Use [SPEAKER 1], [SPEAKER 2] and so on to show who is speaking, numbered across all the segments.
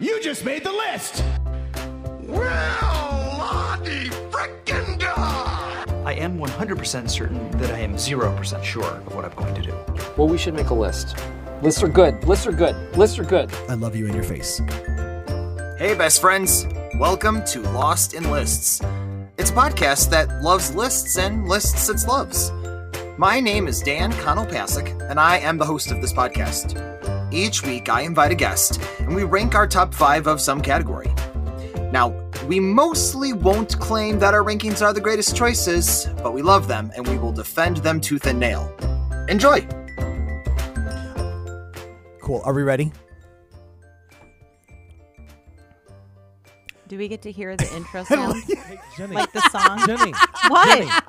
[SPEAKER 1] You just made the list.
[SPEAKER 2] Well, Lottie frickin'
[SPEAKER 3] I am 100% certain that I am 0% sure of what I'm going to do.
[SPEAKER 4] Well, we should make a list. Lists are good. Lists are good. Lists are good.
[SPEAKER 5] I love you in your face.
[SPEAKER 6] Hey, best friends. Welcome to Lost in Lists. It's a podcast that loves lists and lists its loves. My name is Dan Konopasik, and I am the host of this podcast. Each week, I invite a guest, and we rank our top five of some category. Now, we mostly won't claim that our rankings are the greatest choices, but we love them, and we will defend them tooth and nail. Enjoy!
[SPEAKER 5] Cool. Are we ready?
[SPEAKER 7] Do we get to hear the intro sound? Jenny. Like the song?
[SPEAKER 8] Jenny,
[SPEAKER 7] what?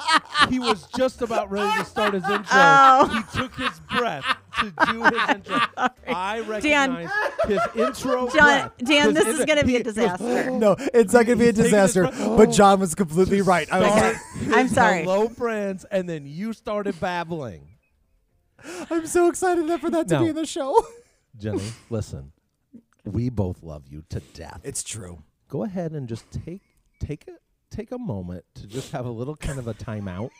[SPEAKER 8] he was just about ready to start his intro.
[SPEAKER 7] Oh.
[SPEAKER 8] He took his breath to do his intro. I recognize his intro.
[SPEAKER 7] John,
[SPEAKER 8] breath.
[SPEAKER 7] Dan,
[SPEAKER 8] His
[SPEAKER 7] this is
[SPEAKER 8] intro-
[SPEAKER 7] going to be
[SPEAKER 8] he
[SPEAKER 7] a
[SPEAKER 8] just-
[SPEAKER 7] disaster.
[SPEAKER 5] No, it's not going to be a
[SPEAKER 8] He's taking
[SPEAKER 5] disaster.
[SPEAKER 8] his breath.
[SPEAKER 5] But John was completely right. I was
[SPEAKER 8] Start
[SPEAKER 5] like,
[SPEAKER 8] his
[SPEAKER 7] I'm sorry.
[SPEAKER 8] Hello, friends, and then you started babbling.
[SPEAKER 5] I'm so excited that for that to
[SPEAKER 8] No.
[SPEAKER 5] be in the show.
[SPEAKER 8] Jenny, listen. We both love you to death.
[SPEAKER 5] It's true.
[SPEAKER 8] Go ahead and just take take a take a moment to just have a little kind of a timeout.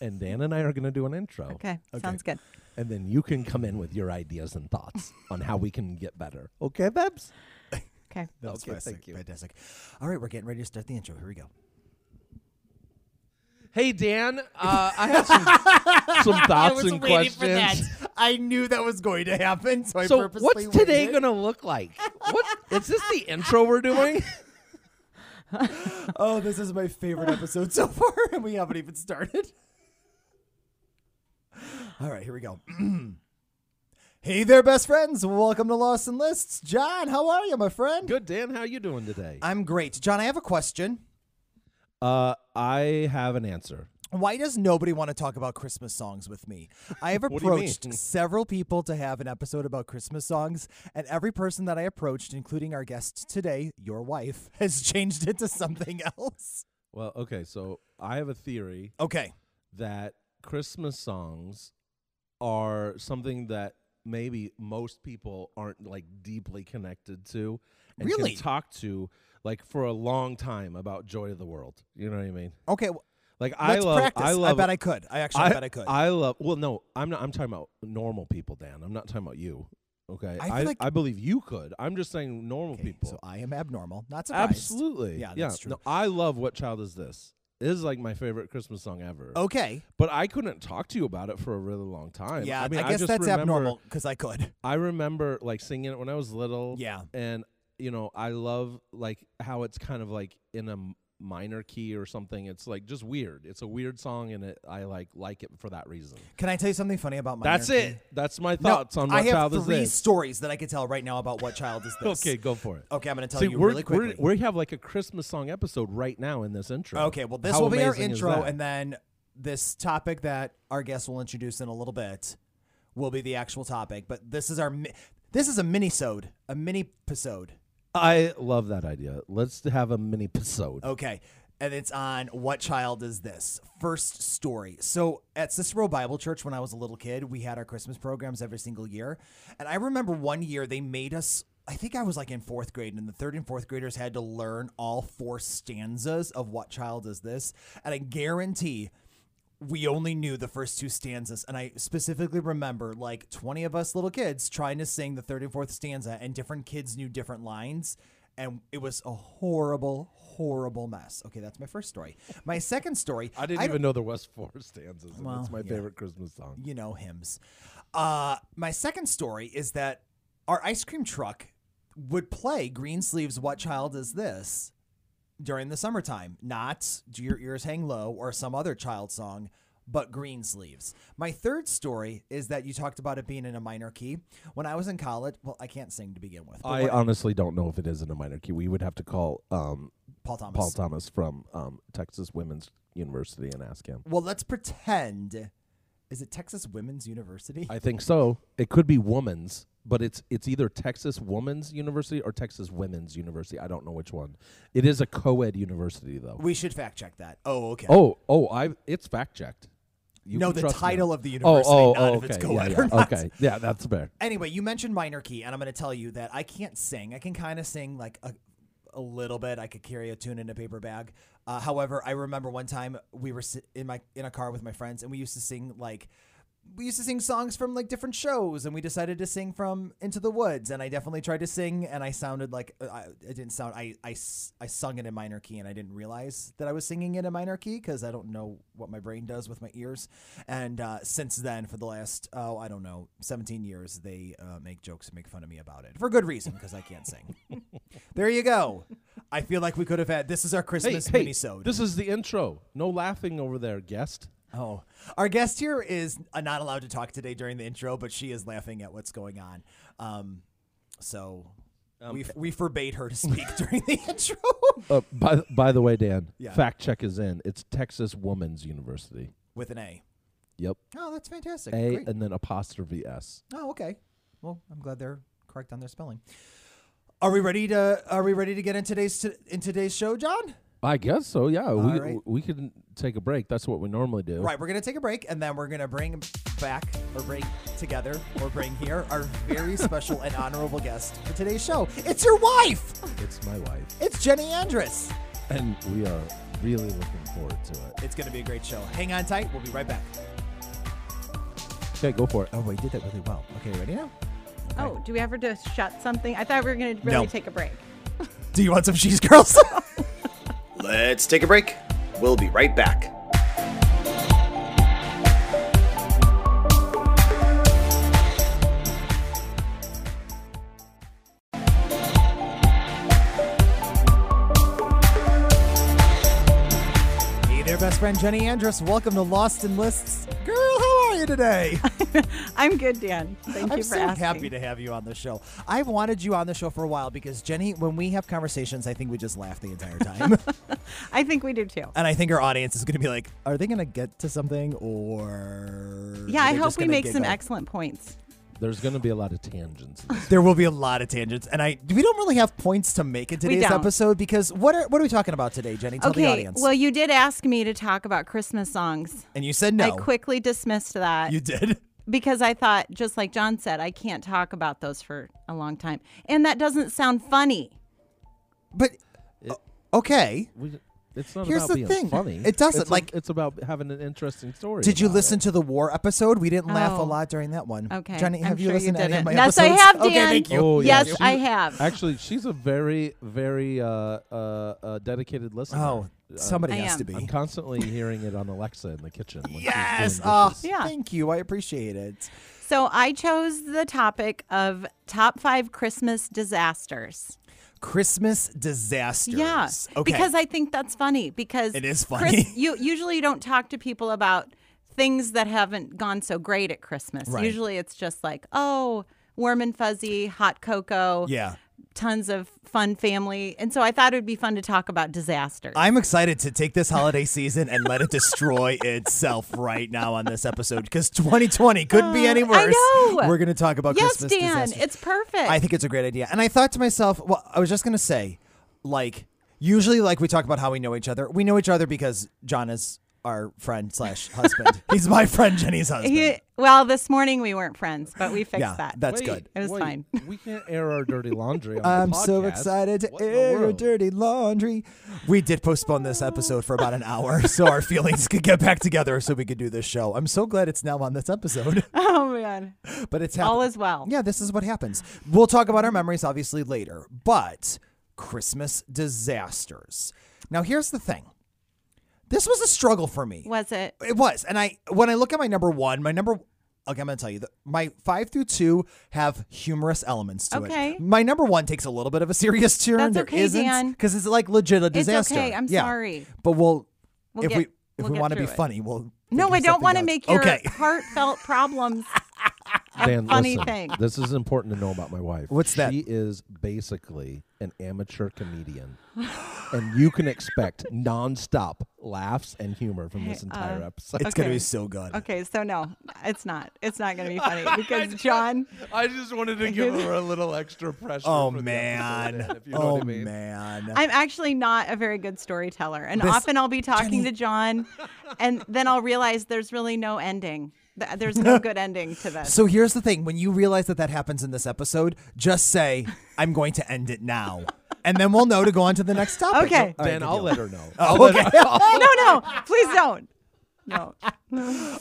[SPEAKER 8] And Dan and I are going to do an intro.
[SPEAKER 7] Okay, sounds good.
[SPEAKER 8] and then you can come in with your ideas and thoughts on how we can get better. Okay, Babs?
[SPEAKER 7] Okay.
[SPEAKER 5] That was
[SPEAKER 8] Okay,
[SPEAKER 5] fantastic.
[SPEAKER 8] thank you.
[SPEAKER 5] Fantastic. All right, we're getting ready to start the intro. Here we go.
[SPEAKER 8] Hey, Dan, uh, I have some, some thoughts and questions.
[SPEAKER 5] I knew that was going to happen, so I
[SPEAKER 8] So,
[SPEAKER 5] purposely
[SPEAKER 8] what's today
[SPEAKER 5] waited.
[SPEAKER 8] going to look like? What is this the intro we're doing?
[SPEAKER 5] Oh, this is my favorite episode so far, and we haven't even started. All right, here we go. hey there, best friends. Welcome to Lost and Lists. John, how are you, my friend?
[SPEAKER 8] Good, Dan. How you doing today?
[SPEAKER 5] I'm great. John, I have a question.
[SPEAKER 8] Uh, I have an answer.
[SPEAKER 5] Why does nobody want to talk about Christmas songs with me? I have
[SPEAKER 8] What do you mean?
[SPEAKER 5] approached several people to have an episode about Christmas songs, and every person that I approached, including our guest today, your wife, has changed it to something else.
[SPEAKER 8] Well, okay, so I have a theory
[SPEAKER 5] Okay.
[SPEAKER 8] that Christmas songs are something that maybe most people aren't like deeply connected to and
[SPEAKER 5] Really?
[SPEAKER 8] can talk to like for a long time about joy to the world. You know what I mean?
[SPEAKER 5] Okay. w-
[SPEAKER 8] Like I
[SPEAKER 5] Let's
[SPEAKER 8] love
[SPEAKER 5] practice.
[SPEAKER 8] I love
[SPEAKER 5] bet I could. I actually bet I could.
[SPEAKER 8] I love well no, I'm not I'm talking about normal people, Dan. I'm not talking about you. Okay.
[SPEAKER 5] I feel
[SPEAKER 8] I,
[SPEAKER 5] like-
[SPEAKER 8] I believe you could. I'm just saying normal
[SPEAKER 5] Okay,
[SPEAKER 8] people.
[SPEAKER 5] So I am abnormal. Not surprised.
[SPEAKER 8] Absolutely.
[SPEAKER 5] Yeah, that's true.
[SPEAKER 8] No, I love What Child Is This? It is like my favorite Christmas song ever.
[SPEAKER 5] Okay.
[SPEAKER 8] But I couldn't talk to you about it for a really long time.
[SPEAKER 5] Yeah,
[SPEAKER 8] I mean,
[SPEAKER 5] guess
[SPEAKER 8] just
[SPEAKER 5] that's
[SPEAKER 8] remember,
[SPEAKER 5] abnormal because I could.
[SPEAKER 8] I remember like singing it when I was little.
[SPEAKER 5] Yeah.
[SPEAKER 8] and you know, I love like how it's kind of like in a m- minor key or something. It's like just weird. It's a weird song, and it I like like it for that reason.
[SPEAKER 5] Can I tell you something funny about my?
[SPEAKER 8] That's it. That's my thoughts on what
[SPEAKER 5] I have
[SPEAKER 8] child is
[SPEAKER 5] three
[SPEAKER 8] this.
[SPEAKER 5] stories that I could tell right now about what child is this.
[SPEAKER 8] okay, go for it.
[SPEAKER 5] Okay, I'm going to tell
[SPEAKER 8] See,
[SPEAKER 5] you
[SPEAKER 8] we're,
[SPEAKER 5] really quickly.
[SPEAKER 8] we're we have like a Christmas song episode right now in this intro.
[SPEAKER 5] okay, well, this
[SPEAKER 8] How
[SPEAKER 5] will be our
[SPEAKER 8] amazing is
[SPEAKER 5] intro,
[SPEAKER 8] that?
[SPEAKER 5] and then this topic that our guest will introduce in a little bit will be the actual topic. But this is our mi- this is a mini-sode, a mini-pisode.
[SPEAKER 8] I love that idea. Let's have a mini episode.
[SPEAKER 5] Okay. And it's on What Child Is This? First story. So at Cicero Bible Church, when I was a little kid, we had our Christmas programs every single year. And I remember one year they made us, I think I was like in fourth grade, and the third and fourth graders had to learn all four stanzas of What Child Is This? And I guarantee we only knew the first two stanzas and i specifically remember like 20 of us little kids trying to sing the third and fourth stanza and different kids knew different lines and it was a horrible horrible mess okay that's my first story my second story
[SPEAKER 8] I didn't
[SPEAKER 5] I
[SPEAKER 8] even know there was four stanzas. and
[SPEAKER 5] Well,
[SPEAKER 8] it's my
[SPEAKER 5] yeah.
[SPEAKER 8] favorite Christmas song.
[SPEAKER 5] you know hymns. Uh, my second story is that our ice cream truck would play Greensleeves' "What Child Is This" during the summertime, not "Do Your Ears Hang Low" or some other child song, but Greensleeves. My third story is that you talked about it being in a minor key. When I was in college, well, I can't sing to begin with. but
[SPEAKER 8] I um,
[SPEAKER 5] when-
[SPEAKER 8] honestly don't know if it is in a minor key. We would have to call um,
[SPEAKER 5] Paul Thomas.
[SPEAKER 8] Paul Thomas from um, Texas Women's University and ask him.
[SPEAKER 5] well, let's pretend. Is it Texas Women's University?
[SPEAKER 8] I think so. It could be women's, but it's it's either Texas Women's University or Texas Women's University. I don't know which one. It is a co-ed university though.
[SPEAKER 5] we should fact check that. Oh, okay.
[SPEAKER 8] Oh, oh, I it's fact checked. You
[SPEAKER 5] no,
[SPEAKER 8] can
[SPEAKER 5] the
[SPEAKER 8] trust me.
[SPEAKER 5] title of the
[SPEAKER 8] Oh,
[SPEAKER 5] university,
[SPEAKER 8] oh,
[SPEAKER 5] not
[SPEAKER 8] oh,
[SPEAKER 5] if
[SPEAKER 8] okay.
[SPEAKER 5] it's
[SPEAKER 8] yeah,
[SPEAKER 5] co-ed
[SPEAKER 8] yeah,
[SPEAKER 5] or not.
[SPEAKER 8] Okay, yeah, that's fair.
[SPEAKER 5] Anyway, you mentioned minor key, and I'm going to tell you that I can't sing. I can kind of sing like a, a little bit. I could carry a tune in a paper bag. Uh, however, I remember one time we were sit- in my in a car with my friends, and we used to sing like we used to sing songs from like different shows, and we decided to sing from Into the Woods. And I definitely tried to sing, and I sounded like uh, I it didn't sound. I I s- I sung it in minor key, and I didn't realize that I was singing it in minor key because I don't know what my brain does with my ears. And uh, since then, for the last oh I don't know 17 years, they uh, make jokes and make fun of me about it for good reason because I can't sing. there you go. I feel like we could have had this is our
[SPEAKER 8] Hey,
[SPEAKER 5] Christmas
[SPEAKER 8] hey,
[SPEAKER 5] minisode.
[SPEAKER 8] this is the intro. No laughing over there, guest.
[SPEAKER 5] Oh, our guest here is uh, not allowed to talk today during the intro, but she is laughing at what's going on. Um, so we we forbade her to speak during the intro.
[SPEAKER 8] Uh, by by the way, Dan,
[SPEAKER 5] Yeah.
[SPEAKER 8] fact check is in. It's Texas Woman's University.
[SPEAKER 5] With an A.
[SPEAKER 8] Yep,
[SPEAKER 5] Oh, that's fantastic.
[SPEAKER 8] A uh,
[SPEAKER 5] Great.
[SPEAKER 8] and then apostrophe S.
[SPEAKER 5] Oh, okay. Well, I'm glad they're correct on their spelling. Are we ready to Are we ready to get in today's in today's show, John?
[SPEAKER 8] I guess so. Yeah, we
[SPEAKER 5] right.
[SPEAKER 8] we can take a break. That's what we normally do.
[SPEAKER 5] Right, we're gonna take a break, and then we're gonna bring back or bring together or bring here our very special and honorable guest for today's show. It's your wife.
[SPEAKER 8] It's my wife,
[SPEAKER 5] It's Jenny Andress.
[SPEAKER 8] and we are really looking forward to it.
[SPEAKER 5] It's going to be a great show. Hang on tight. We'll be right back.
[SPEAKER 8] Okay, go for it.
[SPEAKER 5] Oh, we did that really well. Okay, ready now?
[SPEAKER 7] Oh, do we ever just shut something? I thought we were going to really
[SPEAKER 5] No.
[SPEAKER 7] take a break.
[SPEAKER 5] Do you want some cheese girls?
[SPEAKER 6] Let's take a break. We'll be right back.
[SPEAKER 5] hey there, best friend Jenny Andrus. Welcome to Lost in Lists. Girl, how are you today?
[SPEAKER 7] I'm good, Dan. Thank
[SPEAKER 5] I'm
[SPEAKER 7] you for
[SPEAKER 5] so
[SPEAKER 7] asking.
[SPEAKER 5] happy to have you on the show. I've wanted you on the show for a while because Jenny, when we have conversations, I think we just laugh the entire time.
[SPEAKER 7] I think we do too.
[SPEAKER 5] and I think our audience is going to be like, are they going to get to something or
[SPEAKER 7] Yeah,
[SPEAKER 5] are
[SPEAKER 7] I
[SPEAKER 5] they
[SPEAKER 7] hope
[SPEAKER 5] just
[SPEAKER 7] we
[SPEAKER 5] gonna
[SPEAKER 7] make some
[SPEAKER 5] giggle?
[SPEAKER 7] excellent points.
[SPEAKER 8] There's going to be a lot of tangents. in this.
[SPEAKER 5] There will be a lot of tangents, and I we don't really have points to make in today's
[SPEAKER 7] don't.
[SPEAKER 5] episode because what are what are we talking about today, Jenny? Tell the
[SPEAKER 7] okay,
[SPEAKER 5] audience.
[SPEAKER 7] well, you did ask me to talk about Christmas songs.
[SPEAKER 5] and you said no.
[SPEAKER 7] I quickly dismissed that
[SPEAKER 5] You did.
[SPEAKER 7] because I thought, just like John said, I can't talk about those for a long time. And that doesn't sound funny.
[SPEAKER 5] But okay.
[SPEAKER 8] We- it's not
[SPEAKER 5] Here's
[SPEAKER 8] about
[SPEAKER 5] the
[SPEAKER 8] being
[SPEAKER 5] thing.
[SPEAKER 8] funny.
[SPEAKER 5] It doesn't,
[SPEAKER 8] It's a-
[SPEAKER 5] like-
[SPEAKER 8] it's about having an interesting story.
[SPEAKER 5] Did you
[SPEAKER 8] about
[SPEAKER 5] listen
[SPEAKER 8] it.
[SPEAKER 5] to the war episode? We didn't laugh a
[SPEAKER 7] Oh.
[SPEAKER 5] lot during that one.
[SPEAKER 7] Okay,
[SPEAKER 5] Johnny,
[SPEAKER 7] I'm
[SPEAKER 5] have you
[SPEAKER 7] sure you
[SPEAKER 5] listened to any of
[SPEAKER 7] didn't.
[SPEAKER 5] my
[SPEAKER 7] Yes, I
[SPEAKER 5] episodes?
[SPEAKER 7] have,
[SPEAKER 5] Okay,
[SPEAKER 7] Dan.
[SPEAKER 5] thank you.
[SPEAKER 8] Oh yeah,
[SPEAKER 7] yes,
[SPEAKER 8] she-
[SPEAKER 7] I have.
[SPEAKER 8] Actually, she's a very, very uh, uh, uh, dedicated listener.
[SPEAKER 5] Oh,
[SPEAKER 8] Uh,
[SPEAKER 5] somebody
[SPEAKER 7] I
[SPEAKER 5] has
[SPEAKER 7] am.
[SPEAKER 5] to be.
[SPEAKER 8] I'm constantly hearing it on Alexa in the kitchen. When
[SPEAKER 5] yes.
[SPEAKER 8] She's doing
[SPEAKER 5] Oh,
[SPEAKER 8] dishes.
[SPEAKER 7] Yeah.
[SPEAKER 5] Thank you. I appreciate it.
[SPEAKER 7] So I chose the topic of top five Christmas disasters.
[SPEAKER 5] Christmas disasters.
[SPEAKER 7] Yeah,
[SPEAKER 5] Okay.
[SPEAKER 7] because I think that's funny. Because
[SPEAKER 5] It is funny.
[SPEAKER 7] you usually you don't talk to people about things that haven't gone so great at Christmas.
[SPEAKER 5] Right.
[SPEAKER 7] Usually it's just like, oh, warm and fuzzy, hot cocoa,
[SPEAKER 5] yeah.
[SPEAKER 7] tons of fun family. And so I thought it would be fun to talk about disasters.
[SPEAKER 5] I'm excited to take this holiday season and let it destroy itself right now on this episode because 2020 couldn't be any
[SPEAKER 7] Uh, I
[SPEAKER 5] worse.
[SPEAKER 7] know.
[SPEAKER 5] We're going to talk about
[SPEAKER 7] yes,
[SPEAKER 5] Christmas
[SPEAKER 7] Dan,
[SPEAKER 5] disasters.
[SPEAKER 7] it's perfect.
[SPEAKER 5] I think it's a great idea. And I thought to myself, well, I was just going to say, like, usually, like, we talk about how we know each other. We know each other because John is our friend slash husband. He's my friend, Jenny's husband.
[SPEAKER 7] He- well, this morning we weren't friends, but we fixed
[SPEAKER 5] yeah,
[SPEAKER 7] that.
[SPEAKER 5] that's
[SPEAKER 8] Wait,
[SPEAKER 5] good.
[SPEAKER 7] It was
[SPEAKER 8] wait,
[SPEAKER 7] fine.
[SPEAKER 8] We can't air our dirty laundry. On
[SPEAKER 5] I'm
[SPEAKER 8] the
[SPEAKER 5] so
[SPEAKER 8] podcast.
[SPEAKER 5] excited to
[SPEAKER 8] What in the
[SPEAKER 5] air your
[SPEAKER 8] world?
[SPEAKER 5] dirty laundry. We did postpone this episode for about an hour so our feelings could get back together so we could do this show. I'm so glad it's now on this episode,
[SPEAKER 7] oh man,
[SPEAKER 5] but it's
[SPEAKER 7] all
[SPEAKER 5] happening.
[SPEAKER 7] is well.
[SPEAKER 5] Yeah, this is what happens. We'll talk about our memories obviously later, but Christmas disasters. Now, here's the thing. This was a struggle for me.
[SPEAKER 7] Was it?
[SPEAKER 5] It was, and I when I look at my number one, my number. Okay, I'm gonna tell you that my five through two have humorous elements to
[SPEAKER 7] Okay.
[SPEAKER 5] it. My number one takes a little bit of a serious turn.
[SPEAKER 7] That's
[SPEAKER 5] there
[SPEAKER 7] okay, Dan.
[SPEAKER 5] because it's like legit a
[SPEAKER 7] It's
[SPEAKER 5] disaster.
[SPEAKER 7] okay. I'm
[SPEAKER 5] Yeah.
[SPEAKER 7] sorry.
[SPEAKER 5] but we'll,
[SPEAKER 7] We'll
[SPEAKER 5] if
[SPEAKER 7] get-
[SPEAKER 5] we if
[SPEAKER 7] we'll
[SPEAKER 5] we
[SPEAKER 7] get
[SPEAKER 5] want to be
[SPEAKER 7] through it.
[SPEAKER 5] funny, we'll.
[SPEAKER 7] No,
[SPEAKER 5] figure
[SPEAKER 7] I don't
[SPEAKER 5] something
[SPEAKER 7] want to
[SPEAKER 5] else.
[SPEAKER 7] make your
[SPEAKER 5] Okay,
[SPEAKER 7] heartfelt problems.
[SPEAKER 8] Dan,
[SPEAKER 7] funny
[SPEAKER 8] listen,
[SPEAKER 7] thing.
[SPEAKER 8] This is important to know about my wife.
[SPEAKER 5] What's that?
[SPEAKER 8] She is basically an amateur comedian. and you can expect nonstop laughs and humor from this entire episode.
[SPEAKER 5] It's gonna
[SPEAKER 7] uh, Okay.
[SPEAKER 5] be so good.
[SPEAKER 7] Okay, so no, it's not. It's not going to be funny because John.
[SPEAKER 8] I just wanted to give her a little extra pressure.
[SPEAKER 5] Oh
[SPEAKER 8] for the episode,
[SPEAKER 5] man.
[SPEAKER 8] if you know
[SPEAKER 5] Oh
[SPEAKER 8] what I mean.
[SPEAKER 5] man.
[SPEAKER 7] I'm actually not a very good storyteller, and
[SPEAKER 5] This-
[SPEAKER 7] often I'll be talking
[SPEAKER 5] Jenny.
[SPEAKER 7] to John, and then I'll realize there's really no ending. Th- There's no good ending to this.
[SPEAKER 5] So here's the thing: when you realize that that happens in this episode, just say, "I'm going to end it now," and then we'll know to go on to the next topic.
[SPEAKER 7] Okay.
[SPEAKER 5] All
[SPEAKER 8] Then
[SPEAKER 5] good
[SPEAKER 8] I'll
[SPEAKER 5] deal.
[SPEAKER 8] let her know.
[SPEAKER 7] no, no, please don't. No.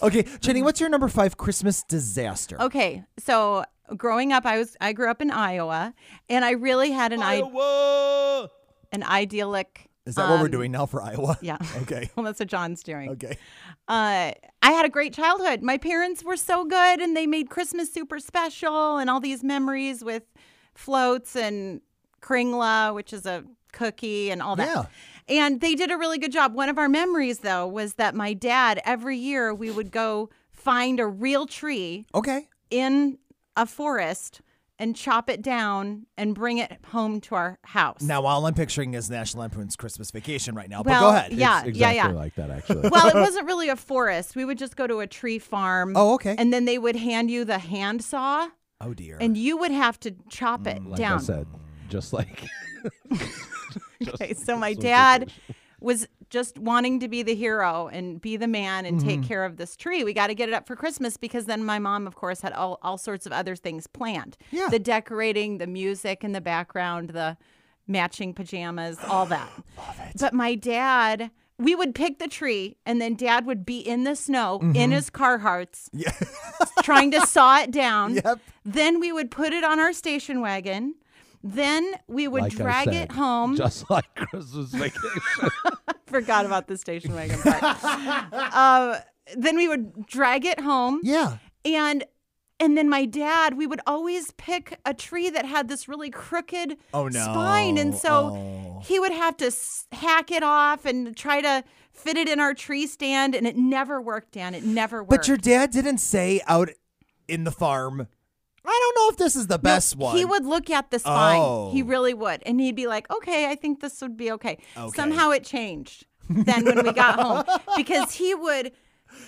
[SPEAKER 5] Okay, Jenny, what's your number five Christmas disaster?
[SPEAKER 7] Okay, so growing up, I was I grew up in Iowa, and I really had an I-
[SPEAKER 8] Iowa!
[SPEAKER 7] an idyllic.
[SPEAKER 5] Is that what we're
[SPEAKER 7] um,
[SPEAKER 5] doing now for Iowa?
[SPEAKER 7] Yeah.
[SPEAKER 5] Okay.
[SPEAKER 7] Well, that's what John's doing.
[SPEAKER 5] Okay.
[SPEAKER 7] uh, I had a great childhood. My parents were so good and they made Christmas super special and all these memories with floats and kringla, which is a cookie and all that.
[SPEAKER 5] Yeah.
[SPEAKER 7] And they did a really good job. One of our memories though was that my dad every year we would go find a real tree
[SPEAKER 5] Okay.
[SPEAKER 7] in a forest and chop it down and bring it home to our house.
[SPEAKER 5] Now, all I'm picturing is National Lampoon's Christmas Vacation right now, but
[SPEAKER 7] Well,
[SPEAKER 5] go ahead.
[SPEAKER 7] yeah,
[SPEAKER 8] Exactly
[SPEAKER 7] yeah, yeah.
[SPEAKER 8] like that, actually.
[SPEAKER 7] well, it wasn't really a forest. We would just go to a tree farm.
[SPEAKER 5] Oh, okay.
[SPEAKER 7] And then they would hand you the hand saw,
[SPEAKER 5] Oh dear.
[SPEAKER 7] and you would have to chop it
[SPEAKER 8] Mm, like
[SPEAKER 7] down.
[SPEAKER 8] I said, just like.
[SPEAKER 7] okay, so my dad was just wanting to be the hero and be the man and
[SPEAKER 5] Mm-hmm.
[SPEAKER 7] take care of this tree. We got to get it up for Christmas because then my mom, of course, had all, all sorts of other things planned.
[SPEAKER 5] Yeah.
[SPEAKER 7] The decorating, the music in the background, the matching pajamas, all that. Love it. But my dad, we would pick the tree and then dad would be in the snow in his Carhartts
[SPEAKER 5] Mm-hmm. Yeah.
[SPEAKER 7] trying to saw it down.
[SPEAKER 5] Yep.
[SPEAKER 7] Then we would put it on our station wagon. Then we would
[SPEAKER 8] like I
[SPEAKER 7] drag
[SPEAKER 8] said,
[SPEAKER 7] it home.
[SPEAKER 8] Just like Christmas vacation.
[SPEAKER 7] forgot about the station wagon part. uh, then we would drag it home,
[SPEAKER 5] yeah.
[SPEAKER 7] and and then my dad, we would always pick a tree that had this really crooked
[SPEAKER 5] Oh, no.
[SPEAKER 7] spine, and so
[SPEAKER 5] Oh.
[SPEAKER 7] he would have to s- hack it off and try to fit it in our tree stand, and it never worked, Dan. It never worked.
[SPEAKER 5] But your dad didn't say out in the farm. I don't know if this is the
[SPEAKER 7] No,
[SPEAKER 5] best one.
[SPEAKER 7] He would look at the spine. He
[SPEAKER 5] Oh.
[SPEAKER 7] really would. And he'd be like, okay, I think this would be okay.
[SPEAKER 5] Okay.
[SPEAKER 7] Somehow it changed then when we got home because he would.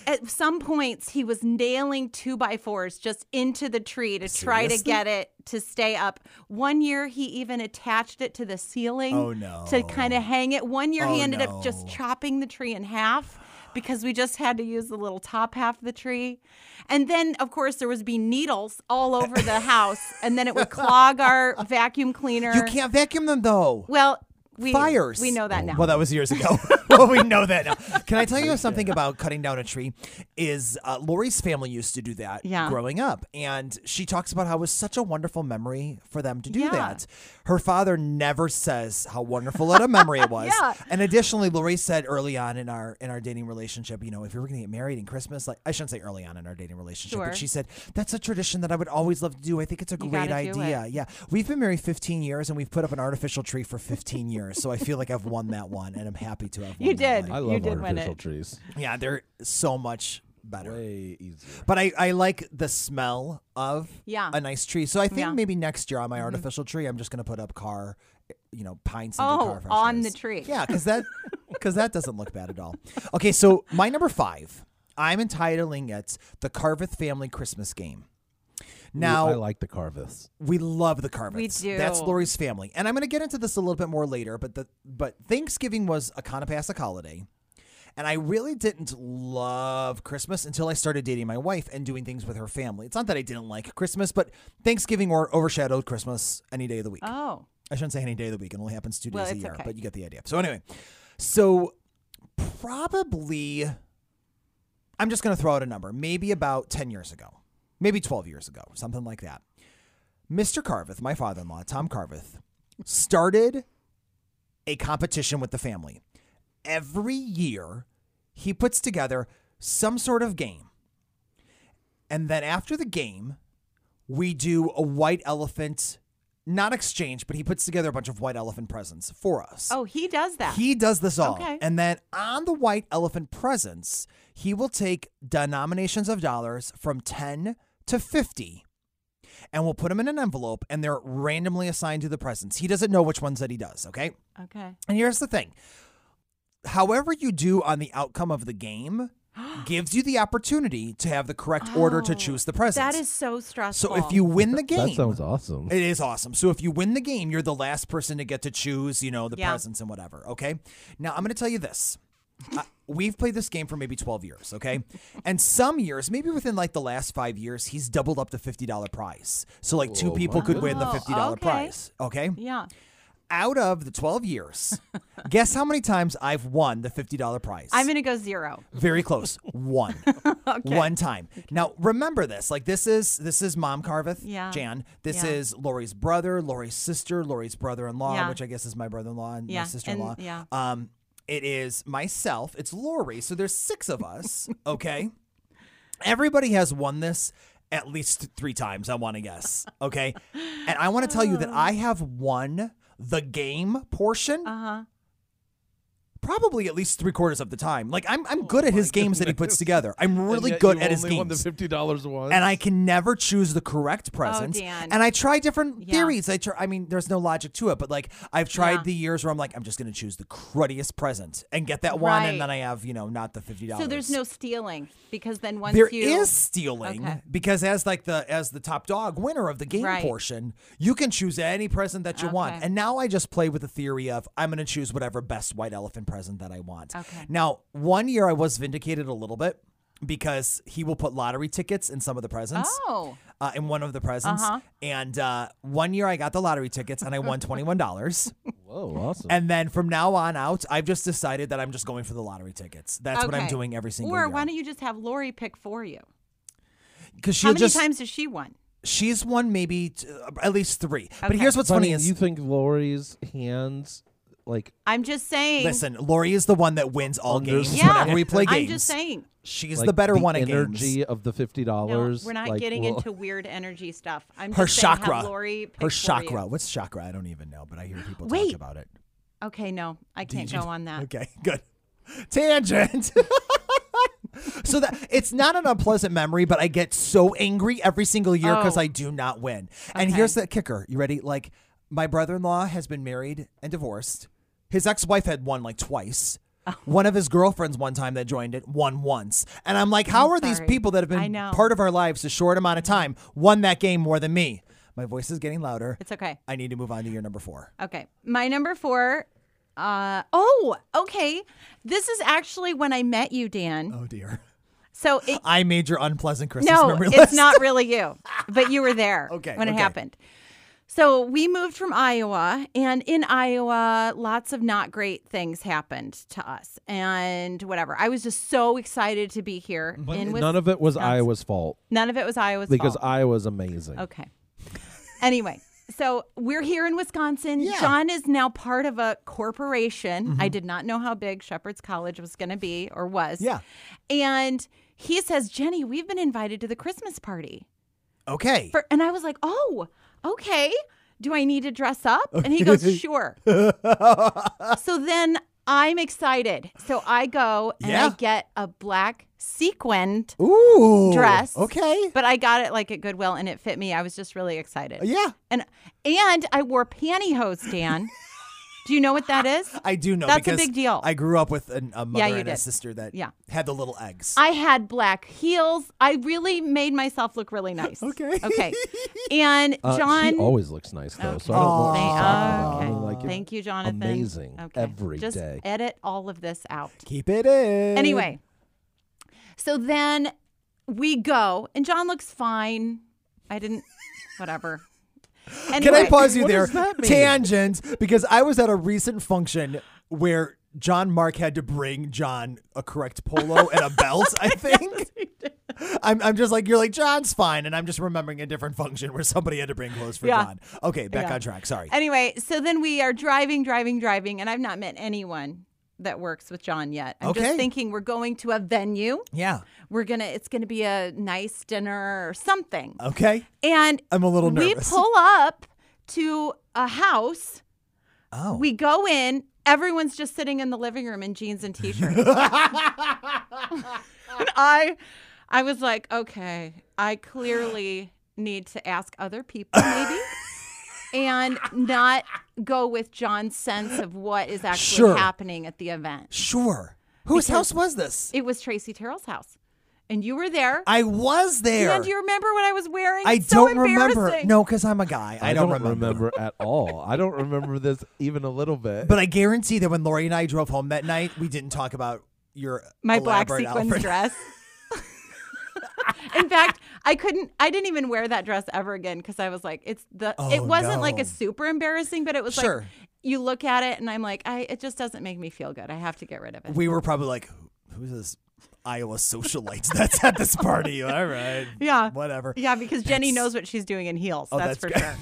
[SPEAKER 7] At some points, he was nailing two by fours just into the tree to try to
[SPEAKER 5] Seriously?
[SPEAKER 7] get it to stay up. One year, he even attached it to the ceiling
[SPEAKER 5] Oh, no.
[SPEAKER 7] to kind of hang it. One year, he
[SPEAKER 5] Oh,
[SPEAKER 7] ended up just
[SPEAKER 5] no.
[SPEAKER 7] chopping the tree in half because we just had to use the little top half of the tree. And then, of course, there was be needles all over the house, and then it would clog our vacuum cleaner.
[SPEAKER 5] You can't vacuum them though.
[SPEAKER 7] Well, we
[SPEAKER 5] fires.
[SPEAKER 7] We know that now.
[SPEAKER 5] Oh. Well, that was years ago. well, we know that now. Can I tell you something about cutting down a tree? Is uh, Lori's family used to do that
[SPEAKER 7] Yeah.
[SPEAKER 5] growing up, and she talks about how it was such a wonderful memory for them to do
[SPEAKER 7] Yeah.
[SPEAKER 5] that. Her father never says how wonderful what a memory it was.
[SPEAKER 7] Yeah.
[SPEAKER 5] And additionally, Lori said early on in our in our dating relationship, you know, if we were going to get married in Christmas, like I shouldn't say early on in our dating relationship,
[SPEAKER 7] Sure.
[SPEAKER 5] but she said that's a tradition that I would always love to do. I think it's a
[SPEAKER 7] You
[SPEAKER 5] great
[SPEAKER 7] gotta do it.
[SPEAKER 5] idea. Uh, Yeah. We've been married 15 years and we've put up an artificial tree for 15 years. So I feel like I've won that one and I'm happy to have won
[SPEAKER 7] you
[SPEAKER 5] that
[SPEAKER 7] did.
[SPEAKER 5] one.
[SPEAKER 8] I
[SPEAKER 7] you
[SPEAKER 8] love
[SPEAKER 7] did win
[SPEAKER 8] artificial
[SPEAKER 7] it.
[SPEAKER 8] trees.
[SPEAKER 5] Yeah, they're so much better.
[SPEAKER 8] Way easier.
[SPEAKER 5] But I, I like the smell of
[SPEAKER 7] Yeah.
[SPEAKER 5] a nice tree. So I think
[SPEAKER 7] Yeah. Mm-hmm.
[SPEAKER 5] maybe next year on my artificial tree, I'm just going to put up car, you know, pine scented
[SPEAKER 7] Oh,
[SPEAKER 5] car fresheners.
[SPEAKER 7] on the tree.
[SPEAKER 5] Yeah, because that because that doesn't look bad at all. Okay, so my number five, I'm entitling it the Carveth Family Christmas Game. Now
[SPEAKER 8] I like the Carveths.
[SPEAKER 5] we love the Carvets.
[SPEAKER 7] We do.
[SPEAKER 5] That's Lori's family, and I'm going to get into this a little bit more later. But the but Thanksgiving was a Conopassic holiday, and I really didn't love Christmas until I started dating my wife and doing things with her family. It's not that I didn't like Christmas, but Thanksgiving or overshadowed Christmas any day of the week.
[SPEAKER 7] Oh,
[SPEAKER 5] I shouldn't say any day of the week. It only happens two
[SPEAKER 7] Well,
[SPEAKER 5] days a
[SPEAKER 7] it's
[SPEAKER 5] year,
[SPEAKER 7] okay.
[SPEAKER 5] but you get the idea. So anyway, so probably I'm just going to throw out a number. Maybe about 10 years ago. Maybe 12 years ago, something like that. Mr. Carveth, my father-in-law, Tom Carveth, started a competition with the family. Every year, he puts together some sort of game. And then after the game, we do a white elephant not exchange, but he puts together a bunch of white elephant presents for us.
[SPEAKER 7] oh, he does that.
[SPEAKER 5] He does this all.
[SPEAKER 7] Okay.
[SPEAKER 5] And then on the white elephant presents, he will take denominations of dollars from 10 to 50 and we'll put them in an envelope and they're randomly assigned to the presents. He doesn't know which ones that he does, okay?
[SPEAKER 7] Okay.
[SPEAKER 5] And here's the thing. However you do on the outcome of the game gives you the opportunity to have the correct order to
[SPEAKER 7] Oh,
[SPEAKER 5] choose the presents.
[SPEAKER 7] That is so stressful.
[SPEAKER 5] so if you win the game
[SPEAKER 8] That sounds awesome.
[SPEAKER 5] it is awesome. So if you win the game, you're the last person to get to choose, you know, the
[SPEAKER 7] Yeah.
[SPEAKER 5] presents and whatever. Okay. Now I'm going to tell you this. I- We've played this game for maybe 12 years, okay? And some years, maybe within like the last five years, he's doubled up the $50 prize. So, like,
[SPEAKER 8] Oh,
[SPEAKER 5] two people could win the
[SPEAKER 7] goodness.
[SPEAKER 5] $50
[SPEAKER 7] Oh, okay.
[SPEAKER 5] prize, okay?
[SPEAKER 7] yeah.
[SPEAKER 5] Out of the 12 years, guess how many times I've won the $50 prize?
[SPEAKER 7] I'm going to go zero.
[SPEAKER 5] Very close. One. One time. Now remember this. Like this is this is Mom Carveth,
[SPEAKER 7] Yeah.
[SPEAKER 5] Jan. This
[SPEAKER 7] Yeah.
[SPEAKER 5] is Lori's brother, Lori's sister, Lori's brother-in-law,
[SPEAKER 7] Yeah.
[SPEAKER 5] which I guess is my brother-in-law and
[SPEAKER 7] Yeah,
[SPEAKER 5] my
[SPEAKER 7] and-
[SPEAKER 5] sister-in-law.
[SPEAKER 7] yeah.
[SPEAKER 5] Um, it is myself. It's Lori. So there's six of us. Okay. Everybody has won this at least three times. I want to guess. Okay. and I want to tell you that I have won the game portion
[SPEAKER 7] Uh-huh.
[SPEAKER 5] probably at least three quarters of the time. Like I'm,
[SPEAKER 7] Oh
[SPEAKER 5] I'm good at his games that he puts together. I'm really good at his
[SPEAKER 8] only Won the
[SPEAKER 5] games.
[SPEAKER 8] fifty dollars one.
[SPEAKER 5] And I can never choose the correct presents.
[SPEAKER 7] Dan.
[SPEAKER 5] and I try different
[SPEAKER 7] Yeah.
[SPEAKER 5] theories. I try, I mean, there's no logic to it, but like I've tried
[SPEAKER 7] Yeah.
[SPEAKER 5] the years where I'm like, I'm just gonna choose the cruddiest present and get that one,
[SPEAKER 7] Right.
[SPEAKER 5] and then I have, you know, not the fifty dollars.
[SPEAKER 7] So there's no stealing because then once
[SPEAKER 5] There is
[SPEAKER 7] you
[SPEAKER 5] stealing
[SPEAKER 7] Okay.
[SPEAKER 5] because as like the as the top dog winner of the game
[SPEAKER 7] Right.
[SPEAKER 5] portion, you can choose any present that you want.
[SPEAKER 7] Okay.
[SPEAKER 5] And now I just play with the theory of I'm going to choose whatever best white elephant present that I want.
[SPEAKER 7] Okay.
[SPEAKER 5] Now, one year I was vindicated a little bit because he will put lottery tickets in some of the presents.
[SPEAKER 7] Oh.
[SPEAKER 5] Uh, in one of the presents,
[SPEAKER 7] Uh-huh.
[SPEAKER 5] and uh, one year I got the lottery tickets and I won twenty one dollars.
[SPEAKER 8] Whoa, awesome.
[SPEAKER 5] and then from now on out, I've just decided that I'm just going for the lottery tickets. That's what I'm
[SPEAKER 7] Okay.
[SPEAKER 5] doing every single
[SPEAKER 7] Or
[SPEAKER 5] year.
[SPEAKER 7] why don't you just have Lori pick for you?
[SPEAKER 5] Because
[SPEAKER 7] How
[SPEAKER 5] she'll
[SPEAKER 7] many
[SPEAKER 5] just
[SPEAKER 7] times has she won?
[SPEAKER 5] She's won maybe t- uh, at least three. But
[SPEAKER 7] Okay.
[SPEAKER 5] here's what's funny,
[SPEAKER 8] Funny,
[SPEAKER 5] is
[SPEAKER 8] you think Lori's hands like
[SPEAKER 7] I'm just saying.
[SPEAKER 5] listen, Lori is the one that wins all games
[SPEAKER 8] Understood.
[SPEAKER 7] yeah.
[SPEAKER 5] whenever we play games.
[SPEAKER 7] I'm just saying.
[SPEAKER 5] she's
[SPEAKER 8] like,
[SPEAKER 5] the better one at
[SPEAKER 8] energy
[SPEAKER 5] games.
[SPEAKER 8] of the fifty
[SPEAKER 7] No,
[SPEAKER 8] dollars.
[SPEAKER 7] we're not getting into weird energy stuff. I'm
[SPEAKER 5] Her
[SPEAKER 7] just saying have
[SPEAKER 5] chakra,
[SPEAKER 7] Lori pick
[SPEAKER 5] her
[SPEAKER 7] for
[SPEAKER 5] chakra.
[SPEAKER 7] you.
[SPEAKER 5] What's chakra? I don't even know, but I hear people talk
[SPEAKER 7] Wait.
[SPEAKER 5] about it.
[SPEAKER 7] Okay, no, I can't
[SPEAKER 5] you-
[SPEAKER 7] go on that.
[SPEAKER 5] Okay, good. Tangent. so that it's not an unpleasant memory, but I get so angry every single year because
[SPEAKER 7] Oh.
[SPEAKER 5] I do not win. And
[SPEAKER 7] Okay.
[SPEAKER 5] here's the kicker. You ready? Like my brother-in-law has been married and divorced. His ex-wife had won like twice.
[SPEAKER 7] Oh.
[SPEAKER 5] One of his girlfriends one time that joined it won once. And I'm like, how are these
[SPEAKER 7] sorry.
[SPEAKER 5] people that have
[SPEAKER 7] I
[SPEAKER 5] been
[SPEAKER 7] know.
[SPEAKER 5] part of our lives a short amount of time won that game more than me? My voice is getting louder.
[SPEAKER 7] It's okay.
[SPEAKER 5] I need to move on to your number four.
[SPEAKER 7] Okay. My number four. Uh, oh, okay. This is actually when I met you, Dan.
[SPEAKER 5] Oh dear.
[SPEAKER 7] So it,
[SPEAKER 5] I made your unpleasant Christmas
[SPEAKER 7] no,
[SPEAKER 5] memory
[SPEAKER 7] it's
[SPEAKER 5] list.
[SPEAKER 7] not really you, but you were there
[SPEAKER 5] Okay,
[SPEAKER 7] when
[SPEAKER 5] okay.
[SPEAKER 7] it happened. So we moved from Iowa, and in Iowa, lots of not great things happened to us, and whatever. I was just so excited to be here. in Wis-
[SPEAKER 8] None of it was Iowa's fault
[SPEAKER 7] none of it was Iowa's
[SPEAKER 8] because
[SPEAKER 7] fault.
[SPEAKER 8] Iowa's amazing.
[SPEAKER 7] Okay. Anyway, so we're here in Wisconsin.
[SPEAKER 5] Yeah. Mm-hmm.
[SPEAKER 7] John is now part of a corporation. I did not know how big Shepherd's College was going to be or was.
[SPEAKER 5] Yeah.
[SPEAKER 7] And he says, Jenny, we've been invited to the Christmas party.
[SPEAKER 5] Okay.
[SPEAKER 7] For, and I was like, oh, okay. Do I need to dress up? And he goes, sure. so then I'm excited. So I go and
[SPEAKER 5] Yeah.
[SPEAKER 7] I get a black sequined
[SPEAKER 5] Ooh.
[SPEAKER 7] dress.
[SPEAKER 5] Okay.
[SPEAKER 7] But I got it like at Goodwill and it fit me. I was just really excited.
[SPEAKER 5] Yeah.
[SPEAKER 7] And and I wore pantyhose, Dan. Do you know what that is?
[SPEAKER 5] I do know
[SPEAKER 7] That's a
[SPEAKER 5] because
[SPEAKER 7] big deal.
[SPEAKER 5] I grew up with an, a mother
[SPEAKER 7] you
[SPEAKER 5] and a
[SPEAKER 7] did.
[SPEAKER 5] sister that
[SPEAKER 7] Yeah.
[SPEAKER 5] had the little eggs.
[SPEAKER 7] I had black heels. I really made myself look really nice.
[SPEAKER 5] Okay.
[SPEAKER 7] Okay. And
[SPEAKER 8] Uh,
[SPEAKER 7] John Oh,
[SPEAKER 8] she always looks nice though, so I don't know. What she's talking about.
[SPEAKER 7] Thank,
[SPEAKER 8] I
[SPEAKER 7] okay.
[SPEAKER 8] mean, like, it's
[SPEAKER 7] Thank you, Jonathan.
[SPEAKER 8] amazing
[SPEAKER 7] Okay.
[SPEAKER 8] every
[SPEAKER 7] Just
[SPEAKER 8] day.
[SPEAKER 7] edit all of this out.
[SPEAKER 5] Keep it in.
[SPEAKER 7] Anyway, so then we go, and John looks fine. I didn't, whatever.
[SPEAKER 5] Can
[SPEAKER 7] Anyway,
[SPEAKER 5] I pause you
[SPEAKER 8] What
[SPEAKER 5] there?
[SPEAKER 8] does that mean?
[SPEAKER 5] Tangent, because I was at a recent function where John Mark had to bring John a correct polo and a belt, I think. I'm, I'm just like, you're like, John's fine. And I'm just remembering a different function where somebody had to bring clothes for
[SPEAKER 7] Yeah.
[SPEAKER 5] John. Okay, back
[SPEAKER 7] Yeah.
[SPEAKER 5] on track. Sorry.
[SPEAKER 7] Anyway, so then we are driving, driving, driving, and I've not met anyone that works with John yet. I'm
[SPEAKER 5] Okay.
[SPEAKER 7] just thinking we're going to a venue.
[SPEAKER 5] yeah.
[SPEAKER 7] We're gonna, it's gonna be a nice dinner or something.
[SPEAKER 5] Okay.
[SPEAKER 7] And
[SPEAKER 5] I'm a little
[SPEAKER 7] we
[SPEAKER 5] nervous.
[SPEAKER 7] pull up to a house.
[SPEAKER 5] Oh.
[SPEAKER 7] We go in. Everyone's just sitting in the living room in jeans and t-shirts. and I, I was like, okay, I clearly need to ask other people maybe and not go with John's sense of what is actually
[SPEAKER 5] Sure.
[SPEAKER 7] happening at the event.
[SPEAKER 5] Sure. Whose
[SPEAKER 7] Because-
[SPEAKER 5] house was this?
[SPEAKER 7] It was Tracy Terrell's house, and you were there.
[SPEAKER 5] I was there.
[SPEAKER 7] And do you remember what I was wearing?
[SPEAKER 5] I
[SPEAKER 7] It's so
[SPEAKER 5] don't remember.
[SPEAKER 7] embarrassing.
[SPEAKER 5] No, because I'm a guy. I, don't, remember.
[SPEAKER 8] at all. I don't remember this even a little bit.
[SPEAKER 5] But I guarantee that when Lori and I drove home that night, we didn't talk about your
[SPEAKER 7] my black
[SPEAKER 5] elaborate
[SPEAKER 7] sequins
[SPEAKER 5] outfit.
[SPEAKER 7] dress. In fact, I couldn't. I didn't even wear that dress ever again because I was like, it's the. it
[SPEAKER 5] Oh,
[SPEAKER 7] wasn't like
[SPEAKER 5] no.
[SPEAKER 7] a super embarrassing, but it was
[SPEAKER 5] Sure.
[SPEAKER 7] like you look at it and I'm like, I. It just doesn't make me feel good. I have to get rid of it.
[SPEAKER 5] We were probably like, who's this Iowa socialite that's at this party? All right.
[SPEAKER 7] yeah.
[SPEAKER 5] Whatever.
[SPEAKER 7] Yeah, because Jenny
[SPEAKER 5] That's-
[SPEAKER 7] knows what she's doing in heels.
[SPEAKER 5] Oh,
[SPEAKER 7] that's,
[SPEAKER 5] that's
[SPEAKER 7] for
[SPEAKER 5] good.
[SPEAKER 7] sure.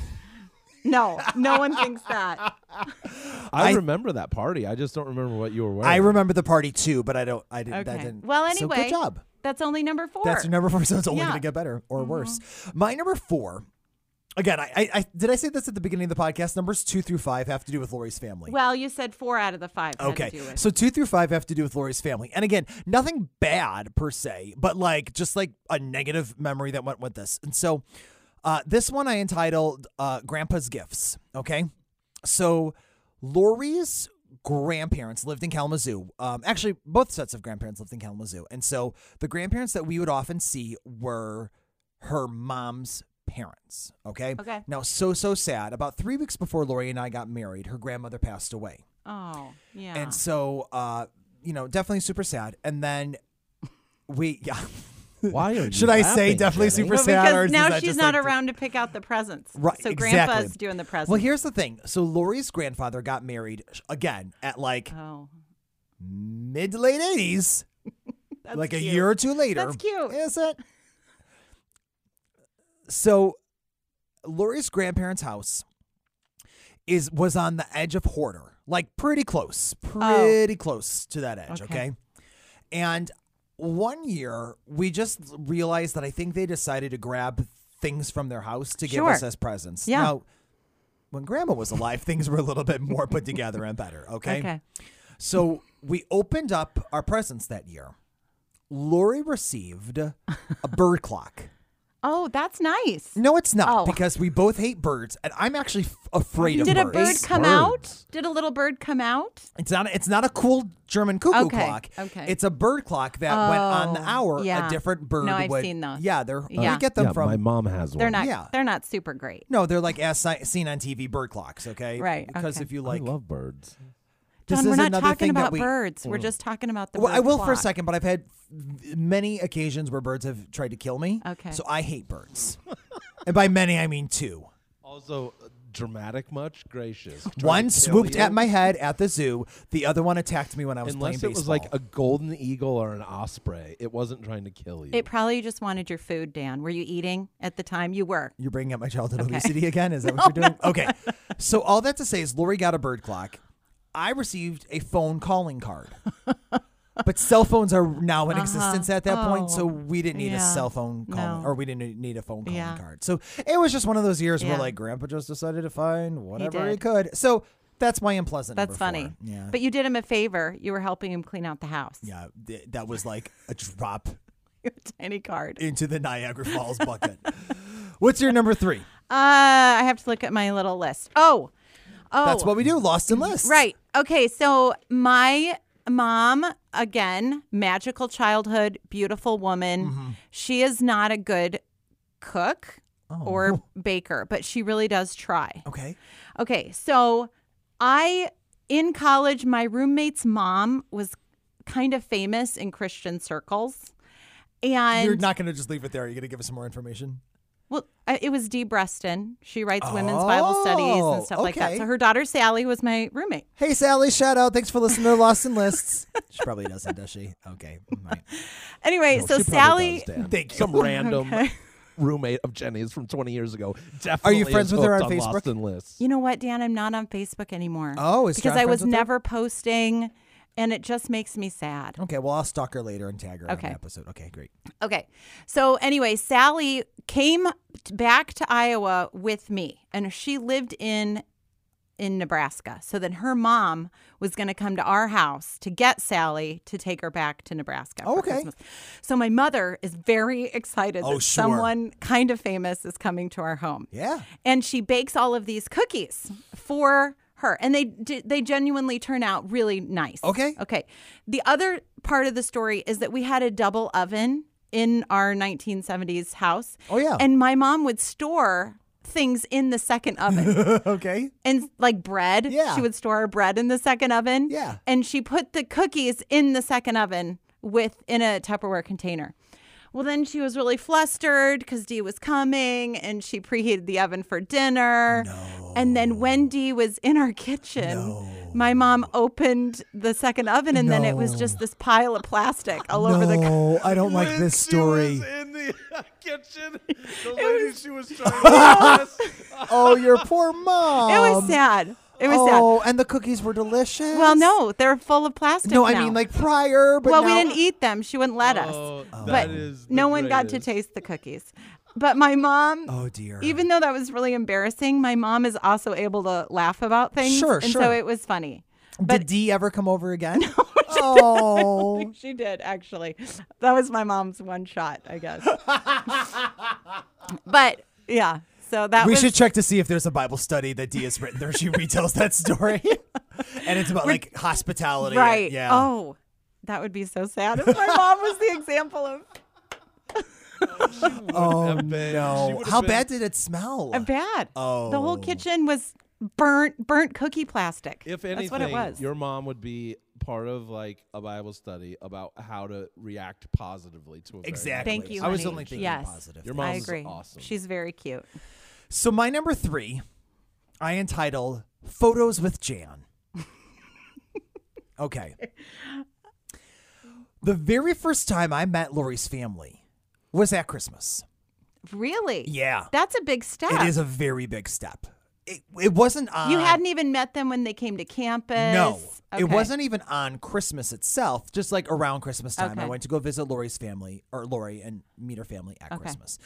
[SPEAKER 7] No, no one thinks that.
[SPEAKER 8] I,
[SPEAKER 5] I-
[SPEAKER 8] remember that party. I just don't remember what you were wearing.
[SPEAKER 5] I remember the party too, but I don't. I didn't. That
[SPEAKER 7] Okay.
[SPEAKER 5] didn't.
[SPEAKER 7] Well,
[SPEAKER 5] so
[SPEAKER 7] anyway,
[SPEAKER 5] good job.
[SPEAKER 7] That's only number four.
[SPEAKER 5] That's your number four. So it's only
[SPEAKER 7] Yeah. Mm-hmm.
[SPEAKER 5] going to get better or worse. My number four. Again, I, I, I did I say this at the beginning of the podcast. Numbers two through five have to do with Lori's family.
[SPEAKER 7] well, you said four out of the five. had to
[SPEAKER 5] Okay.
[SPEAKER 7] do with-
[SPEAKER 5] So two through five have to do with Lori's family. And again, nothing bad per se, but like just like a negative memory that went with this. And so uh, this one I entitled uh, Grandpa's Gifts. Okay. So Lori's grandparents lived in Kalamazoo. Um, actually, both sets of grandparents lived in Kalamazoo. And so the grandparents that we would often see were her mom's parents. Okay.
[SPEAKER 7] Okay.
[SPEAKER 5] Now, so, so sad. About three weeks before Lori and I got married, her grandmother passed away.
[SPEAKER 7] oh, yeah.
[SPEAKER 5] And so, uh, you know, definitely super sad. And then we, yeah.
[SPEAKER 8] Why are you
[SPEAKER 5] Should I say
[SPEAKER 8] laughing,
[SPEAKER 5] definitely
[SPEAKER 8] Jenny?
[SPEAKER 5] super
[SPEAKER 7] Well,
[SPEAKER 5] sad? or
[SPEAKER 7] Oh, because
[SPEAKER 5] is
[SPEAKER 7] now
[SPEAKER 5] that
[SPEAKER 7] she's
[SPEAKER 5] just
[SPEAKER 7] not
[SPEAKER 5] like-
[SPEAKER 7] around to pick out the presents.
[SPEAKER 5] Right,
[SPEAKER 7] So
[SPEAKER 5] exactly.
[SPEAKER 7] grandpa's doing the presents.
[SPEAKER 5] Well, here's the thing. So Lori's grandfather got married sh- again at like
[SPEAKER 7] Oh,
[SPEAKER 5] mid to late 80s,
[SPEAKER 7] that's
[SPEAKER 5] like a
[SPEAKER 7] cute.
[SPEAKER 5] year or two later.
[SPEAKER 7] That's cute.
[SPEAKER 5] Is it? So Lori's grandparents' house is was on the edge of hoarder. Like pretty close. Pretty close to that edge,
[SPEAKER 7] Oh. Okay.
[SPEAKER 5] okay? And one year we just realized that I think they decided to grab things from their house to give
[SPEAKER 7] Sure.
[SPEAKER 5] us as presents.
[SPEAKER 7] Yeah.
[SPEAKER 5] Now when grandma was alive, things were a little bit more put together and better,
[SPEAKER 7] Okay.
[SPEAKER 5] so we opened up our presents that year. Lori received a bird clock.
[SPEAKER 7] Oh, that's nice.
[SPEAKER 5] No, it's not
[SPEAKER 7] Oh.
[SPEAKER 5] because we both hate birds, and I'm actually f- afraid of
[SPEAKER 7] Did a
[SPEAKER 5] birds.
[SPEAKER 7] bird come out?
[SPEAKER 8] Birds.
[SPEAKER 7] Did a little bird come out?
[SPEAKER 5] It's not. It's not a cool German cuckoo
[SPEAKER 7] Okay,
[SPEAKER 5] clock.
[SPEAKER 7] okay.
[SPEAKER 5] It's a bird clock that went on the
[SPEAKER 7] Oh,
[SPEAKER 5] hour.
[SPEAKER 7] yeah.
[SPEAKER 5] A different bird.
[SPEAKER 7] No, I've
[SPEAKER 5] would-
[SPEAKER 7] seen those.
[SPEAKER 5] Yeah, they're
[SPEAKER 7] Yeah.
[SPEAKER 5] we get them
[SPEAKER 8] yeah,
[SPEAKER 5] from.
[SPEAKER 8] my mom has one.
[SPEAKER 7] They're not.
[SPEAKER 5] Yeah.
[SPEAKER 7] They're not super great.
[SPEAKER 5] no, they're like as si- seen on TV bird clocks. Okay,
[SPEAKER 7] Right,
[SPEAKER 5] Because
[SPEAKER 7] okay.
[SPEAKER 5] if you like,
[SPEAKER 8] I love birds.
[SPEAKER 5] this
[SPEAKER 7] John, we're
[SPEAKER 5] is
[SPEAKER 7] not
[SPEAKER 5] another
[SPEAKER 7] talking
[SPEAKER 5] thing
[SPEAKER 7] about
[SPEAKER 5] that we, Mm.
[SPEAKER 7] birds. We're just talking about the.
[SPEAKER 5] Well, I
[SPEAKER 7] bird
[SPEAKER 5] will for a
[SPEAKER 7] clock.
[SPEAKER 5] second, but I've had many occasions where birds have tried to kill me.
[SPEAKER 7] Okay.
[SPEAKER 5] So I hate birds. and by many, I mean two.
[SPEAKER 8] Also uh, dramatic much gracious. Trying to
[SPEAKER 5] One
[SPEAKER 8] kill
[SPEAKER 5] swooped
[SPEAKER 8] you.
[SPEAKER 5] at my head at the zoo. The other one attacked me when I was
[SPEAKER 8] Unless it
[SPEAKER 5] playing
[SPEAKER 8] was
[SPEAKER 5] baseball.
[SPEAKER 8] like a golden eagle or an osprey, it wasn't trying to kill you.
[SPEAKER 7] It probably just wanted your food, Dan. Were you eating at the time? You were.
[SPEAKER 5] You're bringing up my childhood obesity again? Is that what you're doing? okay. So all that to say is Lori got a bird clock. I received a phone calling card. but cell phones are now in existence at that point, so
[SPEAKER 7] Uh-huh. Oh,
[SPEAKER 5] we didn't need a
[SPEAKER 7] yeah.
[SPEAKER 5] cell phone calling
[SPEAKER 7] No.
[SPEAKER 5] or we didn't need a phone calling
[SPEAKER 7] Yeah.
[SPEAKER 5] card. So it was just one of those years
[SPEAKER 7] Yeah.
[SPEAKER 5] where like grandpa just decided to find whatever he,
[SPEAKER 7] did.
[SPEAKER 5] could. So that's my unpleasant.
[SPEAKER 7] That's
[SPEAKER 5] number
[SPEAKER 7] funny.
[SPEAKER 5] four. Yeah.
[SPEAKER 7] But you did him a favor. You were helping him clean out the house.
[SPEAKER 5] yeah, th- that was like a drop
[SPEAKER 7] Tiny card.
[SPEAKER 5] into the Niagara Falls bucket. What's your number three?
[SPEAKER 7] Uh, I have to look at my little list. Oh, oh,
[SPEAKER 5] That's what we do. Lost in list.
[SPEAKER 7] right. Okay, so my mom again, magical childhood, beautiful woman. She is not a good cook or baker, but she really does try.
[SPEAKER 5] Okay.
[SPEAKER 7] Okay, so I in college, my roommate's mom was kind of famous in Christian circles, and
[SPEAKER 5] You're not going to just leave it there. You're going to give us some more information.
[SPEAKER 7] Well, I- it was Dee Breston. She writes women's Bible studies
[SPEAKER 5] Oh,
[SPEAKER 7] and stuff like that.
[SPEAKER 5] okay.
[SPEAKER 7] So her daughter Sally was my roommate.
[SPEAKER 5] Hey, Sally, shout out. Thanks for listening to Lost in Lists. she probably doesn't, does she? Okay. right.
[SPEAKER 7] Anyway,
[SPEAKER 8] No,
[SPEAKER 7] so
[SPEAKER 8] she probably
[SPEAKER 7] Sally,
[SPEAKER 8] does, Dan.
[SPEAKER 5] Thank you.
[SPEAKER 8] Some random
[SPEAKER 7] Okay.
[SPEAKER 8] roommate of Jenny's from 20 years ago. Definitely
[SPEAKER 5] Are you friends
[SPEAKER 8] is
[SPEAKER 5] with her
[SPEAKER 8] hooked
[SPEAKER 5] on Facebook?
[SPEAKER 8] Lost and Lists.
[SPEAKER 7] you know what, Dan? I'm not on Facebook anymore.
[SPEAKER 5] Oh, is
[SPEAKER 7] because
[SPEAKER 5] John
[SPEAKER 7] I was
[SPEAKER 5] friends with her?
[SPEAKER 7] never posting, and it just makes me sad.
[SPEAKER 5] Okay, well, I'll stalk her later and tag her
[SPEAKER 7] Okay.
[SPEAKER 5] on the episode. Okay, great.
[SPEAKER 7] Okay, so anyway, Sally came t- back to Iowa with me, and she lived in in Nebraska. So then her mom was going to come to our house to get Sally to take her back to Nebraska. for
[SPEAKER 5] Oh, Okay.
[SPEAKER 7] Christmas. So my mother is very excited
[SPEAKER 5] Oh,
[SPEAKER 7] that
[SPEAKER 5] sure.
[SPEAKER 7] someone kind of famous is coming to our home.
[SPEAKER 5] Yeah.
[SPEAKER 7] And she bakes all of these cookies for her and they d- they genuinely turn out really nice.
[SPEAKER 5] Okay.
[SPEAKER 7] Okay. The other part of the story is that we had a double oven in our 1970s house.
[SPEAKER 5] Oh, yeah.
[SPEAKER 7] And my mom would store things in the second oven
[SPEAKER 5] okay.
[SPEAKER 7] and like bread.
[SPEAKER 5] Yeah.
[SPEAKER 7] She would store her bread in the second oven.
[SPEAKER 5] Yeah.
[SPEAKER 7] And she put the cookies in the second oven with in a Tupperware container. Well, then she was really flustered because Dee was coming and she preheated the oven for dinner. And then when Dee was in our kitchen, my mom opened the second oven and then it was just this pile of plastic all over the co-
[SPEAKER 5] I don't like this story.
[SPEAKER 8] in the kitchen, the lady she was trying to
[SPEAKER 5] Oh, your poor mom.
[SPEAKER 7] It was sad. It was
[SPEAKER 5] Um, oh, and the cookies were delicious.
[SPEAKER 7] sad. Well, no, they're full of plastic.
[SPEAKER 5] No, I
[SPEAKER 7] now.
[SPEAKER 5] mean like prior, but
[SPEAKER 7] well, we
[SPEAKER 5] now-
[SPEAKER 7] didn't eat them. She wouldn't let
[SPEAKER 8] Oh,
[SPEAKER 7] us. but no one got to taste the cookies. But my mom,
[SPEAKER 5] Oh dear.
[SPEAKER 7] even though that was really embarrassing, my mom is also able to laugh about things.
[SPEAKER 5] Sure,
[SPEAKER 7] and so
[SPEAKER 5] sure.
[SPEAKER 7] it was funny.
[SPEAKER 5] did D ever come over again? oh,
[SPEAKER 7] She did actually. That was my mom's one shot, I guess. but yeah, so that
[SPEAKER 5] we
[SPEAKER 7] was
[SPEAKER 5] should check to see if there's a Bible study that D has written there. She retells that story, and it's about like hospitality.
[SPEAKER 7] right.
[SPEAKER 5] Yeah.
[SPEAKER 7] Oh, that would be so sad if my mom was the example of
[SPEAKER 5] Oh,
[SPEAKER 8] have been- she
[SPEAKER 5] no.
[SPEAKER 8] would've
[SPEAKER 5] How
[SPEAKER 8] been-
[SPEAKER 5] bad did it smell?
[SPEAKER 7] bad. the
[SPEAKER 5] Oh.
[SPEAKER 7] whole kitchen was burnt, burnt cookie plastic.
[SPEAKER 8] If
[SPEAKER 7] that's
[SPEAKER 8] anything,
[SPEAKER 7] what it was.
[SPEAKER 8] your mom would be part of like a Bible study about how to react positively to a very
[SPEAKER 5] Exactly.
[SPEAKER 7] Thank you.
[SPEAKER 5] I was
[SPEAKER 7] honey.
[SPEAKER 5] only thinking
[SPEAKER 7] yes.
[SPEAKER 5] positive.
[SPEAKER 8] Your
[SPEAKER 7] I
[SPEAKER 8] mom's
[SPEAKER 7] agree.
[SPEAKER 8] awesome.
[SPEAKER 7] She's very cute.
[SPEAKER 5] So my number three, I entitled "Photos with Jan." okay. The very first time I met Lori's family was at Christmas.
[SPEAKER 7] Really?
[SPEAKER 5] Yeah.
[SPEAKER 7] That's a big step.
[SPEAKER 5] It is a very big step. It, it wasn't on.
[SPEAKER 7] you hadn't even met them when they came to campus.
[SPEAKER 5] No,
[SPEAKER 7] Okay.
[SPEAKER 5] it wasn't even on Christmas itself. Just like around Christmas time, I
[SPEAKER 7] Okay.
[SPEAKER 5] went to go visit Lori's family or Lori and meet her family at Christmas.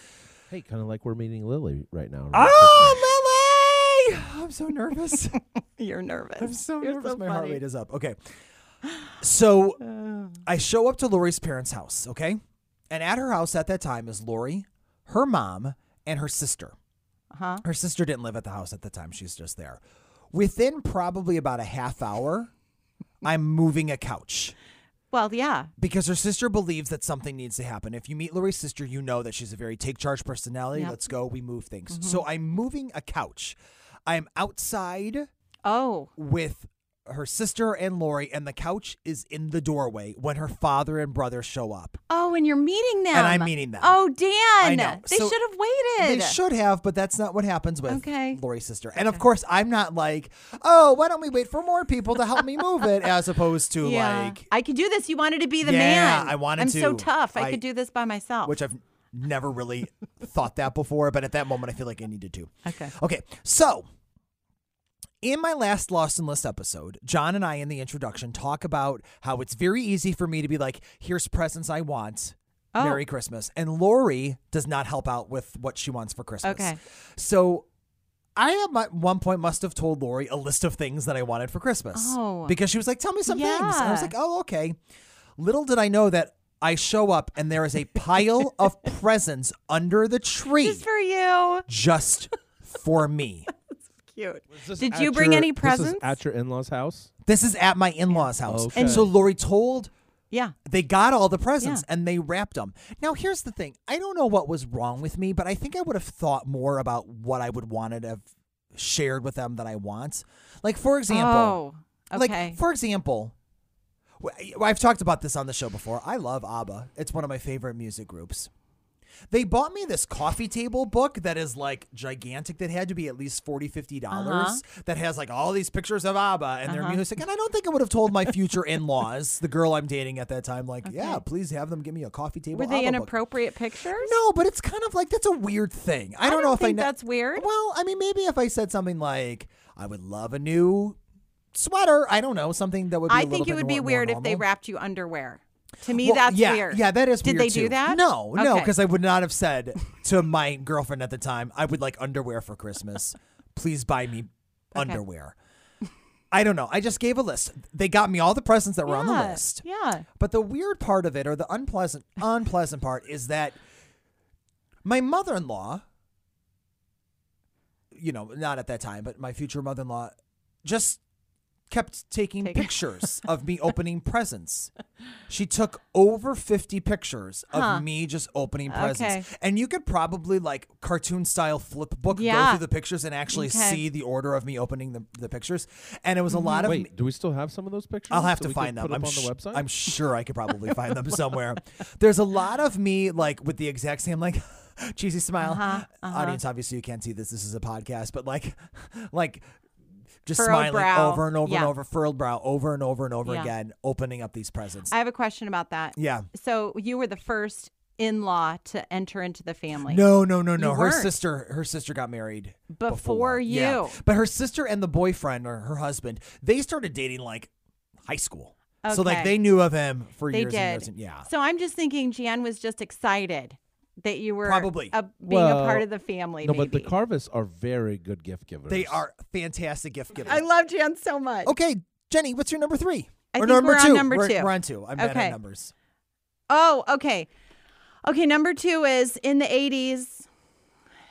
[SPEAKER 8] Hey, kind of like we're meeting Lily right now.
[SPEAKER 7] Ah!
[SPEAKER 5] Oh, Lily! I'm so nervous.
[SPEAKER 7] You're nervous.
[SPEAKER 5] I'm so
[SPEAKER 7] You're
[SPEAKER 5] nervous.
[SPEAKER 7] so
[SPEAKER 5] My heart
[SPEAKER 7] funny.
[SPEAKER 5] rate is up. Okay. So I show up to Lori's parents' house, okay? And at her house at that time is Lori, her mom, and her sister.
[SPEAKER 7] Uh-huh.
[SPEAKER 5] Her sister didn't live at the house at the time. She's just there. Within probably about a half hour, I'm moving a couch
[SPEAKER 7] Well, yeah.
[SPEAKER 5] because her sister believes that something needs to happen. If you meet Lori's sister, you know that she's a very take charge personality.
[SPEAKER 7] Yep. Mm-hmm.
[SPEAKER 5] Let's go. We move things. So I'm moving a couch. I'm outside
[SPEAKER 7] Oh,
[SPEAKER 5] with her sister and Lori, and the couch is in the doorway when her father and brother show up.
[SPEAKER 7] oh, and you're meeting them.
[SPEAKER 5] I'm meeting them.
[SPEAKER 7] Oh, Dan.
[SPEAKER 5] know.
[SPEAKER 7] They
[SPEAKER 5] So-
[SPEAKER 7] should have waited.
[SPEAKER 5] They should have, but that's not what happens with
[SPEAKER 7] Okay.
[SPEAKER 5] Lori's sister. And of course, I'm not like, oh, why don't we wait for more people to help me move it, as opposed to
[SPEAKER 7] Yeah.
[SPEAKER 5] like,
[SPEAKER 7] I could do this. You wanted to be the
[SPEAKER 5] Yeah,
[SPEAKER 7] man.
[SPEAKER 5] I wanted
[SPEAKER 7] I'm so
[SPEAKER 5] to.
[SPEAKER 7] tough. I,
[SPEAKER 5] I-
[SPEAKER 7] could do this by myself.
[SPEAKER 5] which I've never really thought that before, but at that moment, I feel like I needed to.
[SPEAKER 7] okay.
[SPEAKER 5] Okay, so in my last Lost and List episode, John and I in the introduction talk about how it's very easy for me to be like, here's presents I want.
[SPEAKER 7] Oh.
[SPEAKER 5] Merry Christmas. And Lori does not help out with what she wants for Christmas.
[SPEAKER 7] Okay.
[SPEAKER 5] So I at my, one point must have told Lori a list of things that I wanted for Christmas.
[SPEAKER 7] Oh.
[SPEAKER 5] Because she was like, tell me some things. And I was
[SPEAKER 7] Yeah.
[SPEAKER 5] like, oh, okay. Little did I know that I show up and there is a pile of presents under the tree
[SPEAKER 7] Just for you.
[SPEAKER 5] just for me.
[SPEAKER 7] Cute. Did you bring any presents?
[SPEAKER 8] at your in-laws' house?
[SPEAKER 5] This is at my in law's house.
[SPEAKER 8] Okay. And-
[SPEAKER 5] so Lori told
[SPEAKER 7] Yeah.
[SPEAKER 5] they got all the presents
[SPEAKER 7] Yeah.
[SPEAKER 5] and they wrapped them. Now, here's the thing I don't know what was wrong with me, but I think I would have thought more about what I would wanted to have shared with them that I want. Like, for example,
[SPEAKER 7] Oh. Okay.
[SPEAKER 5] like, for example, wh- I've talked about this on the show before. I love ABBA, it's one of my favorite music groups. They bought me this coffee table book that is like gigantic that had to be at least 40 50
[SPEAKER 7] Uh-huh.
[SPEAKER 5] dollars that has like all these pictures of ABBA and their music and I don't think I would have told my future in-laws the girl I'm dating at that time like yeah please have them give me a coffee table
[SPEAKER 7] Were they
[SPEAKER 5] ABBA book.
[SPEAKER 7] inappropriate pictures?
[SPEAKER 5] No, but it's kind of like that's a weird thing. I,
[SPEAKER 7] don't
[SPEAKER 5] know if I
[SPEAKER 7] think
[SPEAKER 5] know
[SPEAKER 7] that's weird.
[SPEAKER 5] Well, I mean, maybe if I said something like, "I would love a new sweater," I don't know, something that would. Be
[SPEAKER 7] I
[SPEAKER 5] a little
[SPEAKER 7] think it
[SPEAKER 5] bit
[SPEAKER 7] would
[SPEAKER 5] more-
[SPEAKER 7] be
[SPEAKER 5] more
[SPEAKER 7] weird if they
[SPEAKER 5] normal.
[SPEAKER 7] wrapped you underwear. To me,
[SPEAKER 5] Well,
[SPEAKER 7] that's
[SPEAKER 5] yeah,
[SPEAKER 7] weird.
[SPEAKER 5] Yeah, that is
[SPEAKER 7] Did
[SPEAKER 5] weird.
[SPEAKER 7] they do
[SPEAKER 5] too.
[SPEAKER 7] that?
[SPEAKER 5] No, no,
[SPEAKER 7] Okay.
[SPEAKER 5] because I would not have said to my girlfriend at the time, I would like underwear for Christmas. Please buy me underwear. I don't know. I just gave a list. They got me all the presents that were on the
[SPEAKER 7] Yeah,
[SPEAKER 5] list.
[SPEAKER 7] Yeah.
[SPEAKER 5] But the weird part of it, or the unpleasant unpleasant part, is that my mother in law, you know, not at that time, but my future mother in law, just kept taking
[SPEAKER 7] Take-
[SPEAKER 5] pictures of me opening presents. She took over 50 pictures of
[SPEAKER 7] Huh.
[SPEAKER 5] me just opening presents.
[SPEAKER 7] Okay.
[SPEAKER 5] And you could probably like cartoon style flip book go
[SPEAKER 7] Yeah.
[SPEAKER 5] through the pictures and actually
[SPEAKER 7] Okay. Mm-hmm.
[SPEAKER 5] see the order of me opening the, the pictures. And it was a lot of
[SPEAKER 8] Wait, do we still have some of those pictures?
[SPEAKER 5] I'll have
[SPEAKER 8] that
[SPEAKER 5] to
[SPEAKER 8] we could
[SPEAKER 5] find them.
[SPEAKER 8] Put
[SPEAKER 5] I'm
[SPEAKER 8] up on the
[SPEAKER 5] sh-
[SPEAKER 8] website.
[SPEAKER 5] I'm sure I could probably find them somewhere. There's a lot of me like with the exact same like cheesy smile.
[SPEAKER 7] Uh-huh, uh-huh.
[SPEAKER 5] Audience, obviously you can't see this. This is a podcast, but like, like just
[SPEAKER 7] Furrowed
[SPEAKER 5] smiling
[SPEAKER 7] brow.
[SPEAKER 5] over and over
[SPEAKER 7] Yeah.
[SPEAKER 5] and over, furled brow over and over and over
[SPEAKER 7] Yeah.
[SPEAKER 5] again, opening up these presents.
[SPEAKER 7] I have a question about that.
[SPEAKER 5] yeah.
[SPEAKER 7] So you were the first in law to enter into the family.
[SPEAKER 5] No, no, no, no.
[SPEAKER 7] You
[SPEAKER 5] Her
[SPEAKER 7] weren't.
[SPEAKER 5] sister, her sister got married
[SPEAKER 7] Before
[SPEAKER 5] Yeah.
[SPEAKER 7] you.
[SPEAKER 5] But her sister and the boyfriend or her husband, they started dating like high school. So like
[SPEAKER 7] Okay.
[SPEAKER 5] they knew of him for
[SPEAKER 7] They
[SPEAKER 5] years and years.
[SPEAKER 7] did.
[SPEAKER 5] And, yeah.
[SPEAKER 7] So I'm just thinking Jan was just excited that you were
[SPEAKER 5] Probably.
[SPEAKER 7] a, being a part
[SPEAKER 8] Well,
[SPEAKER 7] of the family.
[SPEAKER 8] no, but the
[SPEAKER 7] maybe.
[SPEAKER 8] Carvis are very good gift givers.
[SPEAKER 5] They are fantastic gift givers.
[SPEAKER 7] I love Jan so much.
[SPEAKER 5] Okay, Jenny, what's your number three?
[SPEAKER 7] I
[SPEAKER 5] or
[SPEAKER 7] think
[SPEAKER 5] number
[SPEAKER 7] we're on
[SPEAKER 5] two.
[SPEAKER 7] number
[SPEAKER 5] we're,
[SPEAKER 7] two.
[SPEAKER 5] We're on two. I'm bad
[SPEAKER 7] Okay.
[SPEAKER 5] at numbers.
[SPEAKER 7] Oh, okay. Okay, number two is in the 80s.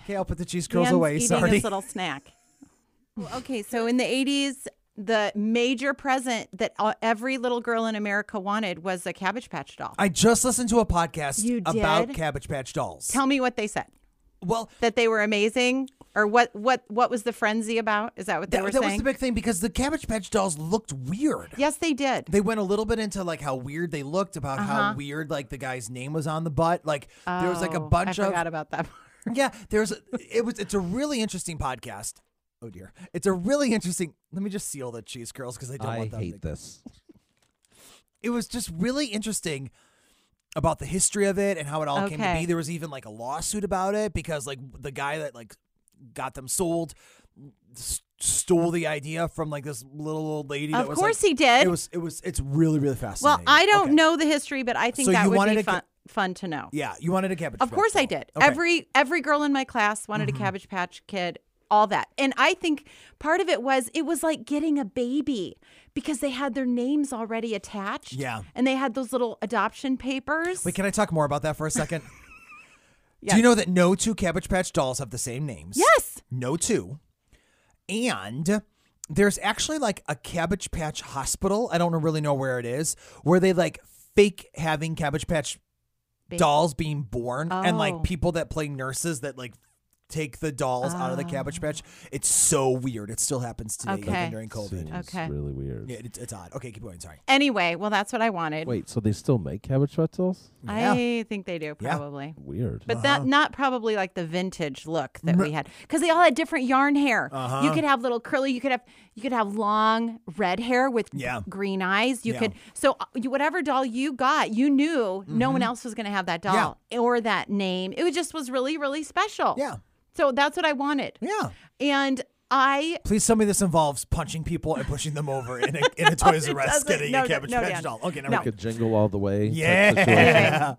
[SPEAKER 5] Okay, I'll put the cheese curls
[SPEAKER 7] Dan's
[SPEAKER 5] away.
[SPEAKER 7] Eating
[SPEAKER 5] Sorry.
[SPEAKER 7] this little snack. Well, okay, so in the 80s, the major present that uh, every little girl in America wanted was a Cabbage Patch doll.
[SPEAKER 5] I just listened to a podcast
[SPEAKER 7] You
[SPEAKER 5] about
[SPEAKER 7] did?
[SPEAKER 5] Cabbage Patch dolls.
[SPEAKER 7] Tell me what they said.
[SPEAKER 5] well,
[SPEAKER 7] That they were amazing, or what? What? What was the frenzy about? Is that what they
[SPEAKER 5] that,
[SPEAKER 7] were
[SPEAKER 5] that was
[SPEAKER 7] saying?
[SPEAKER 5] the big thing because the Cabbage Patch dolls looked weird.
[SPEAKER 7] yes, they did.
[SPEAKER 5] They went a little bit into like how weird they looked, about how weird like the guy's name was on the butt. Like there was like a
[SPEAKER 7] Uh-huh. Oh,
[SPEAKER 5] bunch
[SPEAKER 7] I
[SPEAKER 5] of
[SPEAKER 7] forgot about that. part.
[SPEAKER 5] yeah. There's a, it was it's a really interesting podcast. Oh dear, it's a really interesting. Let me just seal the cheese curls because I don't
[SPEAKER 8] I
[SPEAKER 5] want them. to-
[SPEAKER 8] hate this.
[SPEAKER 5] it was just really interesting about the history of it and how it all came to
[SPEAKER 7] Okay.
[SPEAKER 5] be. There was even like a lawsuit about it because like the guy that like got them sold s- stole the idea from like this little old lady. that
[SPEAKER 7] Of
[SPEAKER 5] was,
[SPEAKER 7] course
[SPEAKER 5] like-
[SPEAKER 7] he did.
[SPEAKER 5] It was it was it's really really
[SPEAKER 7] well,
[SPEAKER 5] fascinating.
[SPEAKER 7] I don't
[SPEAKER 5] Okay.
[SPEAKER 7] know the history, but I think
[SPEAKER 5] So
[SPEAKER 7] that
[SPEAKER 5] you
[SPEAKER 7] would
[SPEAKER 5] wanted
[SPEAKER 7] be
[SPEAKER 5] a ca-
[SPEAKER 7] fun, fun to know.
[SPEAKER 5] Yeah, you wanted a cabbage.
[SPEAKER 7] Of
[SPEAKER 5] patch
[SPEAKER 7] course I
[SPEAKER 5] doll.
[SPEAKER 7] did.
[SPEAKER 5] Okay. Mm-hmm.
[SPEAKER 7] Every every girl in my class wanted a Cabbage Patch Kid, all that. And I think part of it was it was like getting a baby because they had their names already attached.
[SPEAKER 5] Yeah.
[SPEAKER 7] And they had those little adoption papers.
[SPEAKER 5] Wait, can I talk more about that for a second? Do you know that no two Cabbage Patch dolls have the same names?
[SPEAKER 7] Yes.
[SPEAKER 5] No two. And there's actually like a Cabbage Patch hospital. I don't really know where it is, where they like fake having Cabbage Patch dolls being born and
[SPEAKER 7] Oh.
[SPEAKER 5] like people that play nurses that like take the dolls out of the Cabbage Patch. It's so weird. It still happens today,
[SPEAKER 7] Ah. Okay.
[SPEAKER 5] even during COVID.
[SPEAKER 8] Seems
[SPEAKER 7] Okay.
[SPEAKER 8] really weird.
[SPEAKER 5] Yeah, it's, it's odd. Okay, keep going. Sorry.
[SPEAKER 7] Anyway, well that's what I wanted.
[SPEAKER 8] Wait, so they still make cabbage pretzels?
[SPEAKER 7] I think they do
[SPEAKER 5] Yeah.
[SPEAKER 7] probably.
[SPEAKER 8] Weird.
[SPEAKER 7] But that
[SPEAKER 5] Uh-huh.
[SPEAKER 7] not probably like the vintage look that we had because they all had different yarn hair.
[SPEAKER 5] Uh-huh.
[SPEAKER 7] You could have little curly. You could have you could have long red hair with g-
[SPEAKER 5] Yeah.
[SPEAKER 7] green eyes. You
[SPEAKER 5] Yeah.
[SPEAKER 7] could so uh, you- whatever doll you got, you knew no
[SPEAKER 5] Mm-hmm.
[SPEAKER 7] one else was going to have that doll or that name. It was- just was really really special.
[SPEAKER 5] Yeah.
[SPEAKER 7] So that's what I wanted.
[SPEAKER 5] Yeah.
[SPEAKER 7] And I
[SPEAKER 5] Please tell me this involves punching people and pushing them over in a, in a Toys R Us
[SPEAKER 7] doesn't.
[SPEAKER 5] getting
[SPEAKER 7] No,
[SPEAKER 5] a
[SPEAKER 7] no,
[SPEAKER 5] Cabbage
[SPEAKER 7] no,
[SPEAKER 5] Patch
[SPEAKER 7] Dan.
[SPEAKER 5] doll. Okay,
[SPEAKER 7] No.
[SPEAKER 5] never
[SPEAKER 8] like a jingle all the way. type
[SPEAKER 5] Yeah.
[SPEAKER 8] situation.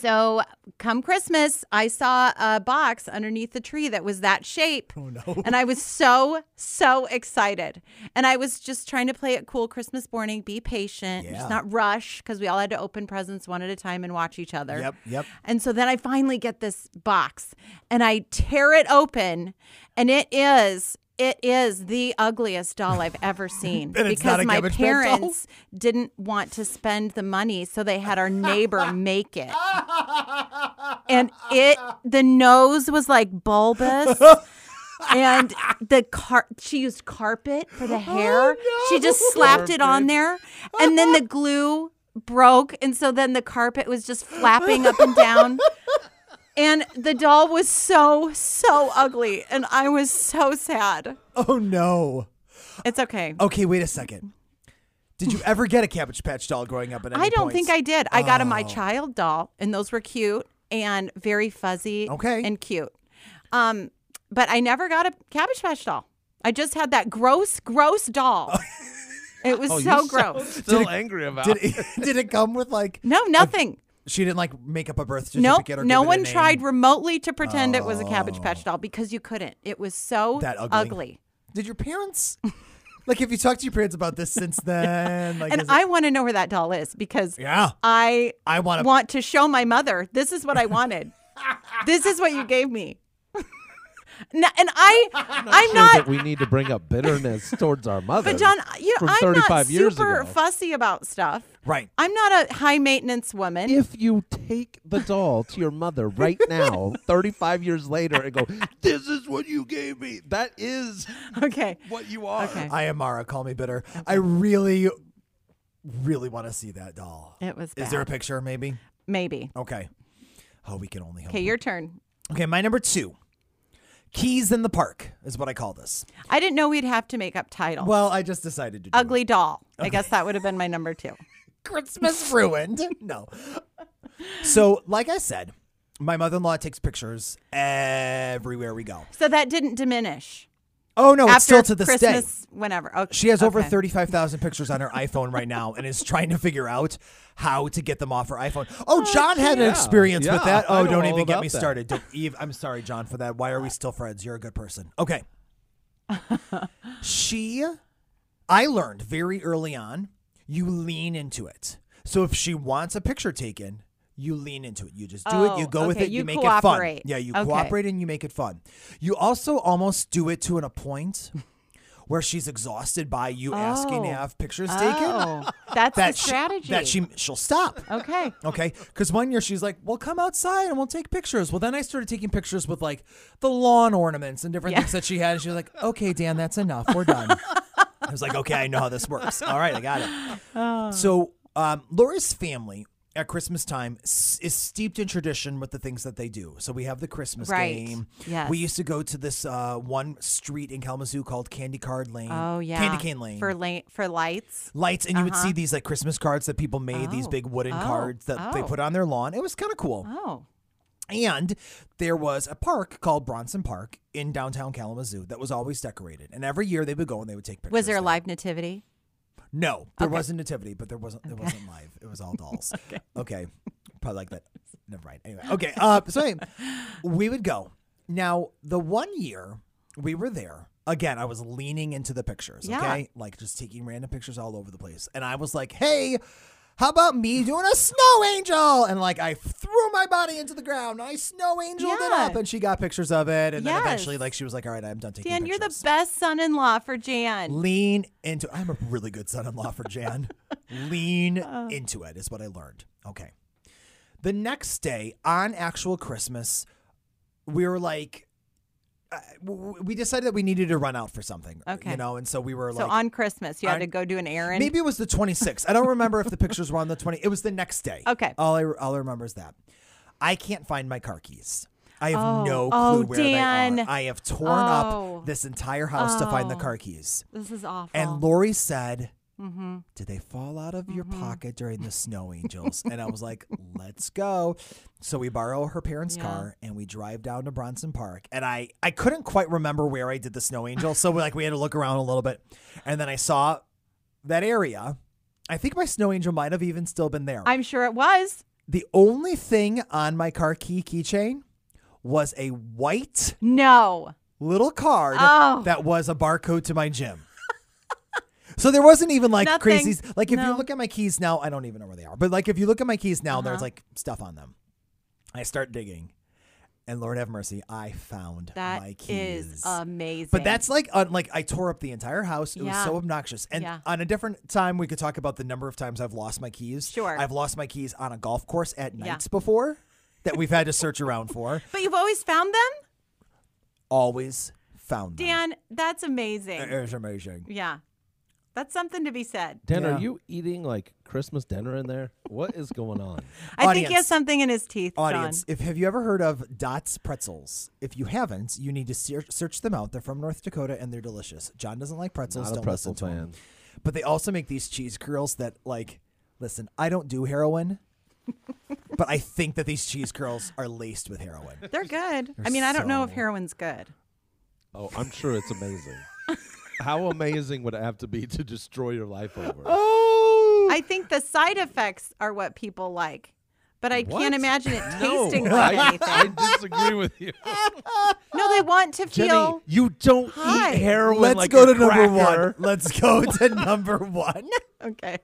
[SPEAKER 7] So, come Christmas, I saw a box underneath the tree that was that shape. Oh, no. And I was so, so excited. And I was just trying to play it cool Christmas morning, be patient,
[SPEAKER 5] Yeah.
[SPEAKER 7] just not rush, because we all had to open presents one at a time and watch each other.
[SPEAKER 5] Yep, yep.
[SPEAKER 7] And so then I finally get this box and I tear it open, and it is. It is the ugliest doll I've ever seen
[SPEAKER 5] And it's not
[SPEAKER 7] because
[SPEAKER 5] a
[SPEAKER 7] my
[SPEAKER 5] Cabbage Patch doll?
[SPEAKER 7] parents didn't want to spend the money, so they had our neighbor make it and it the nose was like bulbous and the car she used carpet for
[SPEAKER 5] Oh,
[SPEAKER 7] the hair she just slapped it on there and then the glue broke and so then the carpet was just flapping up and down and the doll was so so ugly and i was so sad
[SPEAKER 5] Oh no.
[SPEAKER 7] it's okay
[SPEAKER 5] Okay, wait a second. Did you ever get a Cabbage Patch doll growing up? At any Oh.
[SPEAKER 7] i don't
[SPEAKER 5] point?
[SPEAKER 7] think i did i got a my child doll and those were cute and very fuzzy
[SPEAKER 5] Okay.
[SPEAKER 7] and cute um but i never got a cabbage patch doll i just had that gross gross doll it
[SPEAKER 5] Oh,
[SPEAKER 7] was so gross
[SPEAKER 8] Still angry about.
[SPEAKER 5] Did it, did it come with like?
[SPEAKER 7] no nothing
[SPEAKER 5] She didn't like make up a birth
[SPEAKER 7] nope
[SPEAKER 5] certificate or
[SPEAKER 7] no
[SPEAKER 5] give it a
[SPEAKER 7] one
[SPEAKER 5] name? Oh.
[SPEAKER 7] tried remotely to pretend it was a cabbage patch doll because you couldn't it was so
[SPEAKER 5] That ugly.
[SPEAKER 7] ugly
[SPEAKER 5] Did your parents? Like, have you talked to your parents about this since then? Like,
[SPEAKER 7] and
[SPEAKER 5] is it-
[SPEAKER 7] I want to know where that doll is because
[SPEAKER 5] yeah,
[SPEAKER 7] I
[SPEAKER 5] I want to.
[SPEAKER 7] want to show my mother this is what I wanted. this is what you gave me. No, and I, I'm
[SPEAKER 8] Shows
[SPEAKER 7] not.
[SPEAKER 8] that we need to bring up bitterness towards our mother.
[SPEAKER 7] But John, you know,
[SPEAKER 8] from
[SPEAKER 7] I'm
[SPEAKER 8] 35
[SPEAKER 7] not
[SPEAKER 8] years
[SPEAKER 7] super
[SPEAKER 8] ago.
[SPEAKER 7] fussy about stuff.
[SPEAKER 5] Right.
[SPEAKER 7] I'm not a high maintenance woman.
[SPEAKER 8] if you take the doll to your mother right now, 35 years later, and go, "This is what you gave me," that is
[SPEAKER 7] okay.
[SPEAKER 8] what you are.
[SPEAKER 7] Okay.
[SPEAKER 5] I am Mara. Call me bitter. I really, really want to see that doll.
[SPEAKER 7] It was
[SPEAKER 5] Is there a
[SPEAKER 7] bad.
[SPEAKER 5] picture? Maybe.
[SPEAKER 7] Maybe.
[SPEAKER 5] Okay. Oh, we can only hope.
[SPEAKER 7] Okay, your turn.
[SPEAKER 5] Okay, my number two. Keys in the park is what I call this.
[SPEAKER 7] I didn't know we'd have to make up titles.
[SPEAKER 5] Well, I just decided to do
[SPEAKER 7] Ugly doll. I guess that would have been my number two.
[SPEAKER 5] it. Christmas ruined. no. So, like I said, my mother-in-law takes pictures everywhere we go.
[SPEAKER 7] So that didn't diminish.
[SPEAKER 5] Oh no, it's
[SPEAKER 7] After
[SPEAKER 5] still to this day.
[SPEAKER 7] Christmas, whenever. Okay.
[SPEAKER 5] She has over
[SPEAKER 7] okay.
[SPEAKER 5] 35,000 pictures on her iPhone right now and is trying to figure out how to get them off her iPhone. Oh, John had an
[SPEAKER 8] yeah.
[SPEAKER 5] experience with
[SPEAKER 8] Yeah,
[SPEAKER 5] that.
[SPEAKER 8] I
[SPEAKER 5] Oh,
[SPEAKER 8] know
[SPEAKER 5] don't
[SPEAKER 8] all
[SPEAKER 5] even get
[SPEAKER 8] about
[SPEAKER 5] me
[SPEAKER 8] that.
[SPEAKER 5] started. Don't Eve, I'm sorry, John, for that. Why are we still friends? You're a good person. Okay. she, I learned very early on, you lean into it. So if she wants a picture taken, you lean into it. You just do it. You
[SPEAKER 7] Oh,
[SPEAKER 5] go with
[SPEAKER 7] okay.
[SPEAKER 5] it. You,
[SPEAKER 7] You
[SPEAKER 5] make it fun.
[SPEAKER 7] cooperate.
[SPEAKER 5] Yeah, you
[SPEAKER 7] Okay.
[SPEAKER 5] cooperate and you make it fun. You also almost do it to an a point where she's exhausted by you asking to
[SPEAKER 7] Oh.
[SPEAKER 5] have pictures taken.
[SPEAKER 7] Oh, that's
[SPEAKER 5] That
[SPEAKER 7] the
[SPEAKER 5] she-
[SPEAKER 7] strategy.
[SPEAKER 5] that she she'll stop.
[SPEAKER 7] okay.
[SPEAKER 5] Okay, because one year she's like, "Well, come outside and we'll take pictures." Well, then I started taking pictures with like the lawn ornaments and different
[SPEAKER 7] Yeah.
[SPEAKER 5] things that she had, and she was like, "Okay, Dan, that's enough. We're done." I was like, "Okay, I know how this works. All right, I got it." So, um, Laura's family at Christmas time s- is steeped in tradition with the things that they do. So we have the Christmas
[SPEAKER 7] Right.
[SPEAKER 5] game.
[SPEAKER 7] Yes.
[SPEAKER 5] We used to go to this uh, one street in Kalamazoo called Candy Card Lane.
[SPEAKER 7] Oh yeah.
[SPEAKER 5] Mm-hmm. Candy Cane Lane
[SPEAKER 7] for la- for lights.
[SPEAKER 5] lights and you would see these like christmas cards that people made these
[SPEAKER 7] Uh-huh. Oh.
[SPEAKER 5] big wooden
[SPEAKER 7] Oh.
[SPEAKER 5] cards that they
[SPEAKER 7] Oh.
[SPEAKER 5] put on their lawn it was kind of cool
[SPEAKER 7] Oh,
[SPEAKER 5] and there was a park called bronson park in downtown kalamazoo that was always decorated and every year they would go and they would take pictures
[SPEAKER 7] was there a live nativity?
[SPEAKER 5] no there was a nativity but there wasn't it wasn't live it was all dolls okay. probably like that never mind anyway okay uh, so anyway, we would go now the one year we were there again i was leaning into the pictures
[SPEAKER 7] Yeah.
[SPEAKER 5] okay like just taking random pictures all over the place. And I was like, hey, how about me doing a snow angel? And like I threw my body into the ground. I snow angeled it
[SPEAKER 7] Yeah.
[SPEAKER 5] up and she got pictures of it. And then
[SPEAKER 7] Yes.
[SPEAKER 5] eventually like she was like, all right, I'm done taking
[SPEAKER 7] Dan, you're the
[SPEAKER 5] pictures.
[SPEAKER 7] best son-in-law for Jan.
[SPEAKER 5] Lean into I'm a really good son-in-law for Jan. Lean
[SPEAKER 7] Uh.
[SPEAKER 5] into it is what I learned. Okay. The next day on actual Christmas, we were like uh, w- w- we decided that we needed to run out for something, you
[SPEAKER 7] Okay.
[SPEAKER 5] know, and so we were
[SPEAKER 7] So
[SPEAKER 5] like
[SPEAKER 7] on Christmas, you had
[SPEAKER 5] on-
[SPEAKER 7] to go do an errand.
[SPEAKER 5] Maybe it was the 26th. I don't remember if the pictures were on the 20. It was the next day.
[SPEAKER 7] Okay.
[SPEAKER 5] All I all I remember is that I can't find my car keys. I have
[SPEAKER 7] Oh.
[SPEAKER 5] no clue
[SPEAKER 7] Oh,
[SPEAKER 5] where they
[SPEAKER 7] Dan.
[SPEAKER 5] are. I have torn
[SPEAKER 7] Oh.
[SPEAKER 5] up this entire house to find the
[SPEAKER 7] Oh.
[SPEAKER 5] car keys.
[SPEAKER 7] this is awful.
[SPEAKER 5] And Lori said, Did they fall out of your pocket during the snow angels? and I was like, Let's go. So we borrow her parents'
[SPEAKER 7] Yeah.
[SPEAKER 5] car and we drive down to Bronson Park. And I, I couldn't quite remember where I did the snow angel. So we, like we had to look around a little bit. And then I saw that area. I think my snow angel might have even still been there.
[SPEAKER 7] I'm sure it was.
[SPEAKER 5] the only thing on my car key keychain was a white
[SPEAKER 7] No.
[SPEAKER 5] little card
[SPEAKER 7] Oh.
[SPEAKER 5] that was a barcode to my gym. so there wasn't even like
[SPEAKER 7] Nothing.
[SPEAKER 5] crazy. Like if you
[SPEAKER 7] No.
[SPEAKER 5] look at my keys now, I don't even know where they are. But like if you look at my keys now, there's
[SPEAKER 7] Uh-huh.
[SPEAKER 5] like stuff on them. I start digging, and Lord have mercy, I found
[SPEAKER 7] That
[SPEAKER 5] my keys.
[SPEAKER 7] is amazing.
[SPEAKER 5] But that's like uh, like I tore up the entire house. It was
[SPEAKER 7] Yeah.
[SPEAKER 5] so obnoxious. And
[SPEAKER 7] Yeah.
[SPEAKER 5] on a different time, we could talk about the number of times I've lost my keys.
[SPEAKER 7] Sure.
[SPEAKER 5] I've lost my keys on a golf course at
[SPEAKER 7] Yeah.
[SPEAKER 5] nights before that we've had to search around for.
[SPEAKER 7] But you've always found them,
[SPEAKER 5] Always found them.
[SPEAKER 7] Dan. That's amazing.
[SPEAKER 5] It was amazing.
[SPEAKER 7] yeah, that's something to be said.
[SPEAKER 8] Dan,
[SPEAKER 5] Yeah.
[SPEAKER 8] are you eating like Christmas dinner in there? What is going on?
[SPEAKER 7] I think he
[SPEAKER 5] Audience.
[SPEAKER 7] has something in his teeth,
[SPEAKER 5] Audience,
[SPEAKER 7] John.
[SPEAKER 5] if have you ever heard of Dots pretzels? If you haven't, you need to search, search them out. They're from North Dakota and they're delicious. John doesn't like pretzels.
[SPEAKER 8] Not a
[SPEAKER 5] don't
[SPEAKER 8] pretzel
[SPEAKER 5] listen to him.
[SPEAKER 8] fan.
[SPEAKER 5] But they also make these cheese curls that, like, listen, I don't do heroin, but I think that these cheese curls are laced with heroin.
[SPEAKER 7] They're good. I mean, I don't know if
[SPEAKER 5] so-
[SPEAKER 7] heroin's good.
[SPEAKER 8] Oh, I'm sure it's amazing. How amazing would it have to be to
[SPEAKER 5] Oh,
[SPEAKER 8] destroy your life over?
[SPEAKER 7] I think the side effects are what people like. but I
[SPEAKER 8] What?
[SPEAKER 7] can't imagine it
[SPEAKER 8] No,
[SPEAKER 7] tasting like
[SPEAKER 8] I,
[SPEAKER 7] anything.
[SPEAKER 8] I disagree with you.
[SPEAKER 7] No, they want to feel.
[SPEAKER 8] you don't
[SPEAKER 7] Hi.
[SPEAKER 8] eat heroin
[SPEAKER 5] Let's
[SPEAKER 8] like
[SPEAKER 5] go
[SPEAKER 8] a
[SPEAKER 5] to number
[SPEAKER 8] cracker.
[SPEAKER 5] one. Let's go to number one.
[SPEAKER 7] Okay.